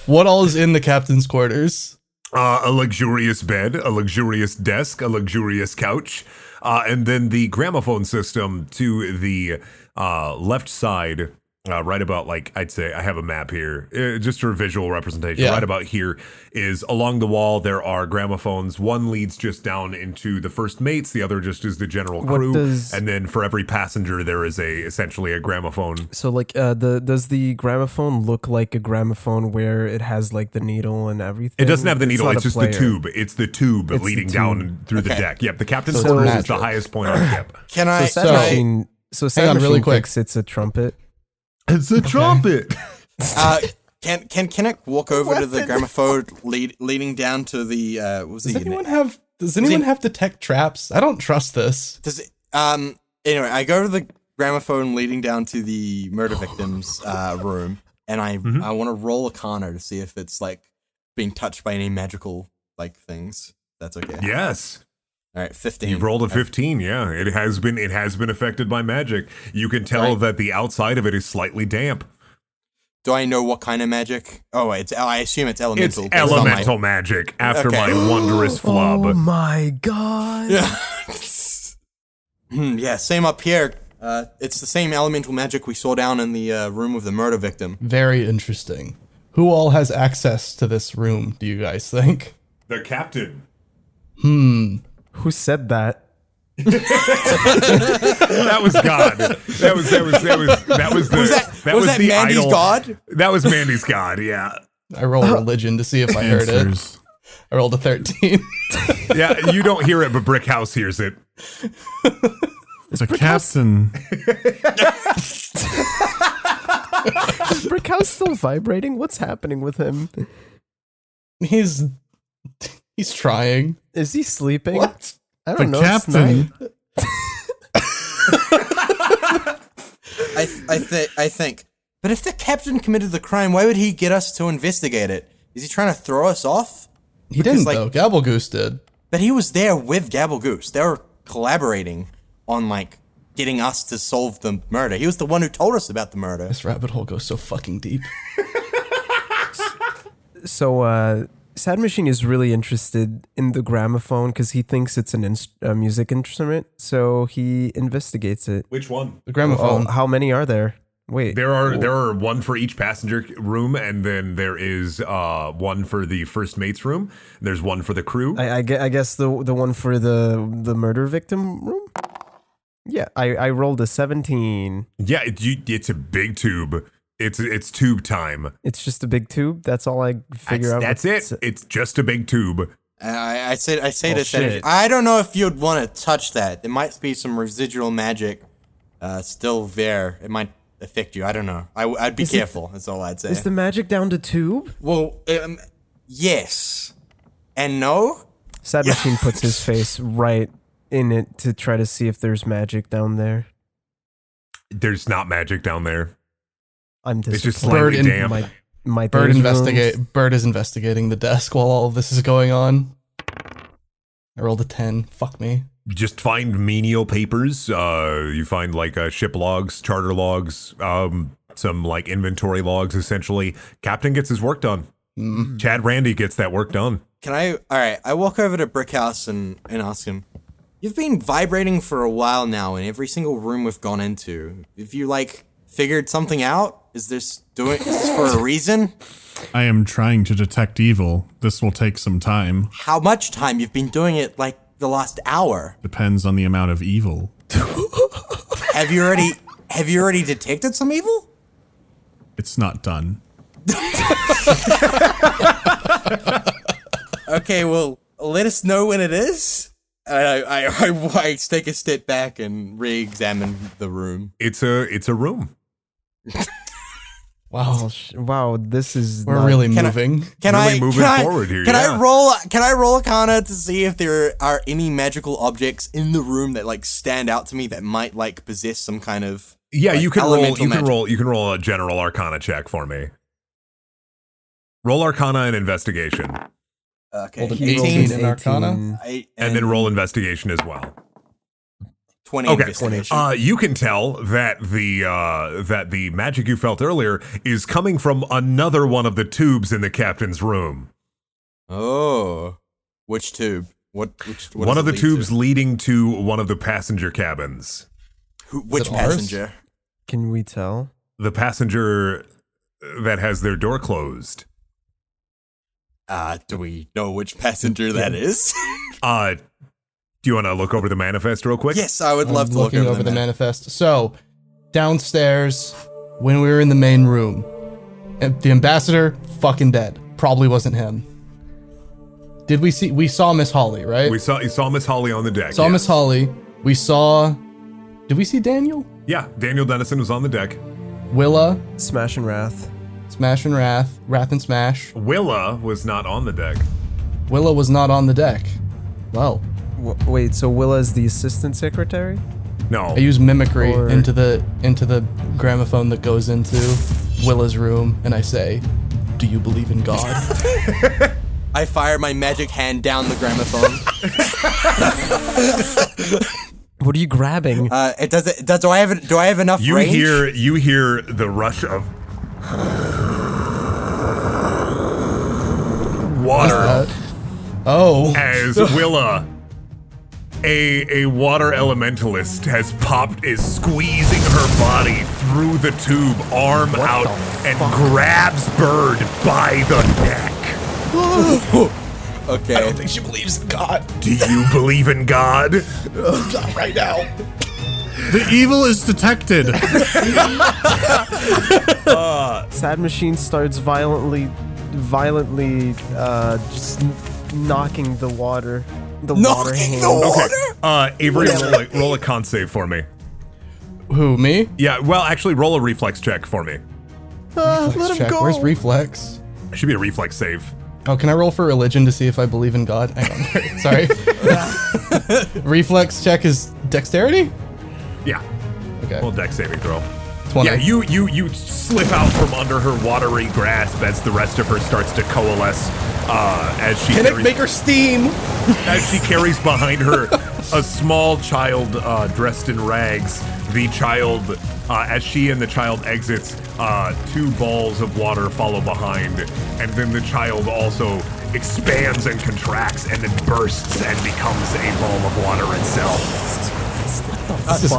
Speaker 3: what all is in the captain's quarters?
Speaker 2: uh, a luxurious bed, a luxurious desk, a luxurious couch, uh, and then the gramophone system to the uh, left side. Uh, right about like I'd say I have a map here, uh, just for visual representation.
Speaker 3: Yeah.
Speaker 2: Right about here is along the wall. There are gramophones. One leads just down into the first mates. The other just is the general
Speaker 1: What
Speaker 2: crew.
Speaker 1: does-
Speaker 2: And then for every passenger, there is a essentially a gramophone.
Speaker 1: So like uh the does the gramophone look like a gramophone where it has like the needle and everything?
Speaker 2: It doesn't have the needle.
Speaker 1: not
Speaker 2: It's,
Speaker 1: a
Speaker 2: just
Speaker 1: player.
Speaker 2: the tube. It's the tube
Speaker 1: It's the
Speaker 2: leading
Speaker 1: tube.
Speaker 2: down through the
Speaker 5: Okay.
Speaker 2: deck. Yep, the captain's
Speaker 1: So it's
Speaker 2: quarters is the
Speaker 3: magic.
Speaker 2: highest point on the ship.
Speaker 5: Can
Speaker 1: So
Speaker 5: I?
Speaker 1: sad
Speaker 5: can I-
Speaker 1: machine. So sad
Speaker 3: on,
Speaker 1: machine
Speaker 3: really quick.
Speaker 1: thinks it's a trumpet.
Speaker 2: It's a trumpet.
Speaker 5: Uh, can can Kinnick walk over
Speaker 1: What
Speaker 5: to the
Speaker 1: the-
Speaker 5: gramophone lead, leading down to the uh what was
Speaker 3: Does
Speaker 5: the
Speaker 3: anyone have? Does anyone have detect traps? I don't trust this.
Speaker 5: does it, um anyway I go to the gramophone leading down to the murder victims uh room and I
Speaker 2: Mm-hmm.
Speaker 5: I want to roll a Arcana to see if it's like being touched by any magical like things. That's okay.
Speaker 2: yes.
Speaker 5: All right, fifteen.
Speaker 2: You rolled a 15. Yeah, it has been it has been affected by magic. You can tell
Speaker 5: Right.
Speaker 2: that the outside of it is slightly damp.
Speaker 5: Do I know what kind of magic? Oh, it's I assume it's elemental.
Speaker 2: it's
Speaker 5: based on my-
Speaker 2: elemental magic after my
Speaker 5: Okay.
Speaker 2: wondrous flub.
Speaker 1: Oh my god!
Speaker 5: Yeah. Hmm, yeah, same up here. Uh, it's the same elemental magic we saw down in the uh, room of the murder victim.
Speaker 3: Very interesting. Who all has access to this room, do you guys think?
Speaker 2: The captain.
Speaker 1: Who said that?
Speaker 2: That was God. That was that was that was that was the
Speaker 5: Was that,
Speaker 2: that
Speaker 5: was
Speaker 2: was
Speaker 5: that
Speaker 2: the
Speaker 5: Mandy's
Speaker 2: idol.
Speaker 5: god?
Speaker 2: That was Mandy's God. Yeah.
Speaker 3: I roll religion to see if I heard it.
Speaker 4: Answers.
Speaker 3: I rolled a 13.
Speaker 2: Yeah, you don't hear it, but Brick House hears it.
Speaker 4: The captain.
Speaker 1: Is Brickhouse still vibrating? What's happening with him?
Speaker 3: He's he's trying.
Speaker 1: Is he sleeping?
Speaker 3: What?
Speaker 1: I
Speaker 4: The
Speaker 1: don't know. it's
Speaker 4: captain.
Speaker 1: night.
Speaker 5: I, th- I, th- I think. But if the captain committed the crime, why would he get us to investigate it? Is he trying to throw us off?
Speaker 3: He didn't
Speaker 5: like-
Speaker 3: though. Gabblegoose did.
Speaker 5: But he was there with Gabble Goose. They were collaborating on like getting us to solve the murder. He was the one who told us about the murder.
Speaker 3: This rabbit hole goes so fucking deep.
Speaker 1: So, uh, Sad Machine is really interested in the gramophone because he thinks it's an inst- a music instrument. So he investigates it.
Speaker 2: Which one?
Speaker 3: The
Speaker 1: Oh,
Speaker 3: gramophone.
Speaker 1: how many are there? Wait,
Speaker 2: There are there are one for each passenger room, and then there is uh, one for the first mate's room. There's one for the crew.
Speaker 1: I, I, gue- I guess the the one for the the murder victim room. Yeah, I, I rolled a seventeen.
Speaker 2: yeah, it, you, it's a big tube. It's it's tube time.
Speaker 1: It's just a big tube. That's all I
Speaker 2: That's,
Speaker 1: figure out.
Speaker 2: that's
Speaker 1: what's-
Speaker 2: it. It's just a big tube.
Speaker 5: And I, I say I say
Speaker 1: Oh,
Speaker 5: to
Speaker 1: shit.
Speaker 5: that I don't know if you'd want to touch that. There might be some residual magic uh, still there. It might affect you. I don't know. I, would be
Speaker 1: it-
Speaker 5: careful. that's all I'd say.
Speaker 1: Is the magic down to tube?
Speaker 5: well, um, yes and no.
Speaker 1: Sad Machine puts his face right in it to try to see if there's magic down there.
Speaker 2: There's not magic down there.
Speaker 1: I'm
Speaker 2: It's just
Speaker 1: disappointed.
Speaker 2: slightly
Speaker 3: Bird in
Speaker 2: damp.
Speaker 1: my my
Speaker 3: Bird
Speaker 1: days
Speaker 3: investigate Bird is investigating the desk while all of this is going on. I rolled a 10. Fuck me.
Speaker 2: Just find menial papers. Uh, you find like uh, ship logs, charter logs, um, some like inventory logs. Essentially, Captain gets his work done.
Speaker 1: Mm-hmm.
Speaker 2: Chad Randy gets that work done.
Speaker 5: Can I? All right. I walk over to Brick House and, and ask him. You've been vibrating for a while now in every single room we've gone into. Have you like figured something out? Is this doing is this for a reason?
Speaker 4: I am trying to detect evil. This will take some time.
Speaker 5: How much time you've been doing it? Like the last hour.
Speaker 4: Depends on the amount of evil.
Speaker 5: Have you already have you already detected some evil?
Speaker 4: It's not done.
Speaker 5: Okay, well, let us know when it is. And I, I, I, I take a step back and re-examine the room.
Speaker 2: It's a it's a room.
Speaker 3: Wow.
Speaker 1: room. Oh, Wow, this is
Speaker 3: We're
Speaker 1: not-
Speaker 3: really
Speaker 5: Can I-
Speaker 3: moving.
Speaker 5: Can
Speaker 2: Really
Speaker 5: I
Speaker 2: moving
Speaker 5: can
Speaker 2: forward
Speaker 5: I,
Speaker 2: here,
Speaker 5: Can
Speaker 2: yeah.
Speaker 5: I roll? Can I roll Arcana to see if there are any magical objects in the room that like stand out to me that might like possess some kind of?
Speaker 2: Yeah,
Speaker 5: like,
Speaker 2: you can roll. You
Speaker 5: elemental
Speaker 2: can
Speaker 5: magic.
Speaker 2: roll. You can roll a general Arcana check for me. Roll Arcana and investigation,
Speaker 5: uh, Okay,
Speaker 3: Rolled an
Speaker 1: He rolled
Speaker 3: 18
Speaker 1: an
Speaker 3: in Arcana?
Speaker 1: 18.
Speaker 5: I,
Speaker 2: and then roll investigation as well.
Speaker 5: twenty.
Speaker 2: Okay.
Speaker 5: investigation.
Speaker 2: Uh, you can tell that the uh, that the magic you felt earlier is coming from another one of the tubes in the captain's room.
Speaker 5: oh, which tube? What? Which? what
Speaker 2: one of
Speaker 5: does
Speaker 2: the
Speaker 5: it lead to?
Speaker 2: tubes leading to one of the passenger cabins.
Speaker 5: Who, which
Speaker 3: it ours?
Speaker 5: passenger?
Speaker 1: Can we tell?
Speaker 2: The passenger uh, that has their door closed.
Speaker 5: Uh, do we know which passenger that is?
Speaker 2: Uh, do you want to look over the manifest real quick?
Speaker 5: yes, I would
Speaker 3: I'm
Speaker 5: love to look
Speaker 3: looking
Speaker 5: over,
Speaker 3: over the
Speaker 5: map.
Speaker 3: manifest. So, downstairs, when we were in the main room, and the ambassador fucking dead. Probably wasn't him. Did we see? We saw Miss Holly, right?
Speaker 2: We saw you saw Miss Holly on the deck.
Speaker 3: saw
Speaker 2: yeah.
Speaker 3: Miss Holly. We saw. Did we see Daniel?
Speaker 2: Yeah, Daniel Dennison was on the deck.
Speaker 3: Willa,
Speaker 1: Smash and Wrath.
Speaker 3: Smash and Wrath, Wrath and Smash.
Speaker 2: Willa was not on the deck.
Speaker 3: Willa was not on the deck. Well,
Speaker 1: W- wait, so Willa is the assistant secretary?
Speaker 2: No.
Speaker 3: I use mimicry
Speaker 1: Or-
Speaker 3: into the into the gramophone that goes into Willa's room, and I say, "Do you believe in God?"
Speaker 5: I fire my magic hand down the gramophone.
Speaker 1: What are you grabbing?
Speaker 5: Uh, it does it does do I have do I have enough
Speaker 2: you
Speaker 5: range?
Speaker 2: hear you hear the rush of water
Speaker 3: oh,
Speaker 2: as Willa a a water elementalist has popped is squeezing her body through the tube, arm out, and grabs Bird by the neck.
Speaker 6: I
Speaker 5: Okay.
Speaker 6: don't think she believes in God
Speaker 2: Do you believe in God?
Speaker 6: Not right now.
Speaker 4: The evil is detected.
Speaker 1: Sad Machine starts violently, violently, uh, just n- knocking the water. The water
Speaker 5: Knocking
Speaker 1: hand.
Speaker 5: the water?
Speaker 2: Okay. Uh, Avery, roll a, roll a con save for me.
Speaker 3: Who, me?
Speaker 2: Yeah. Well, actually, roll a reflex check for me.
Speaker 1: Ah, let him
Speaker 3: Check.
Speaker 1: go.
Speaker 3: Where's reflex?
Speaker 2: It should be a reflex save.
Speaker 3: Oh, can I roll for religion to see if I believe in God? Hang on. Sorry. reflex check is dexterity?
Speaker 2: Yeah.
Speaker 3: Okay.
Speaker 2: Roll deck saving throw.
Speaker 3: 20.
Speaker 2: Yeah, you you you slip out from under her watery grasp as the rest of her starts to coalesce. Uh, as she
Speaker 6: Can it
Speaker 2: carries,
Speaker 6: make her steam?
Speaker 2: as she carries behind her a small child uh, dressed in rags. The child, uh, as she and the child exits, uh, two balls of water follow behind, and then the child also expands and contracts, and then bursts and becomes a ball of water itself.
Speaker 3: this is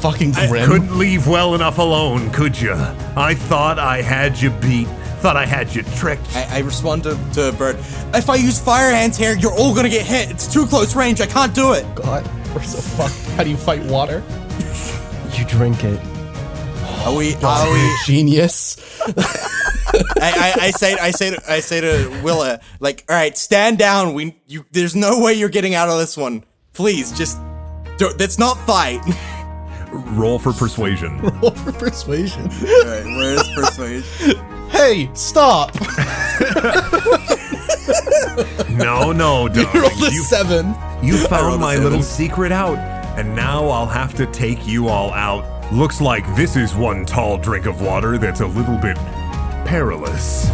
Speaker 3: fucking
Speaker 2: Uh, I
Speaker 3: grim.
Speaker 2: couldn't leave well enough alone, could you? I thought I had you beat. Thought I had you tricked.
Speaker 5: I, I respond to, to Bird. If I use fire hands here, you're all gonna get hit. It's too close range. I can't do it.
Speaker 3: God, we're so fucked. How do you fight water?
Speaker 1: You drink it.
Speaker 5: Are we?
Speaker 2: Uh,
Speaker 5: Are we?
Speaker 3: Genius.
Speaker 5: I, I, I say I say to, I say to Willa like, all right, stand down. We you. There's no way you're getting out of this one. Please, just. do that's not fight.
Speaker 2: Roll for persuasion.
Speaker 3: Roll for persuasion.
Speaker 5: Alright, where's persuasion?
Speaker 3: Hey, stop!
Speaker 2: no, no, darling.
Speaker 3: You rolled a
Speaker 2: You-
Speaker 3: seven.
Speaker 2: You
Speaker 5: rolled
Speaker 2: found
Speaker 5: a
Speaker 2: my
Speaker 5: seven.
Speaker 2: little secret out, and now I'll have to take you all out. Looks like this is one tall drink of water that's a little bit perilous.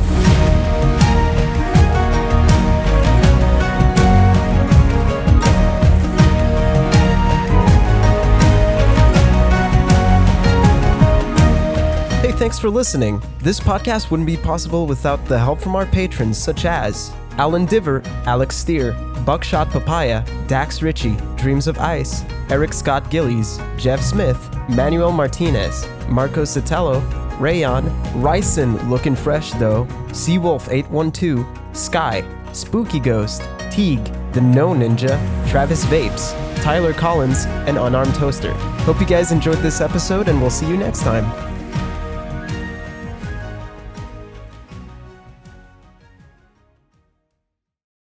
Speaker 1: Hey, thanks for listening. This podcast wouldn't be possible without the help from our patrons such as Alan Diver, Alex Steer, Buckshot Papaya, Dax Ritchie, Dreams of Ice, Eric Scott Gillies, Jeff Smith, Manuel Martinez, Marco Sotelo, Rayon, Ryson looking fresh though, Seawolf812, Sky, Spooky Ghost, Teague, The No Ninja, Travis Vapes, Tyler Collins, and Unarmed Toaster. Hope you guys enjoyed this episode and we'll see you next time.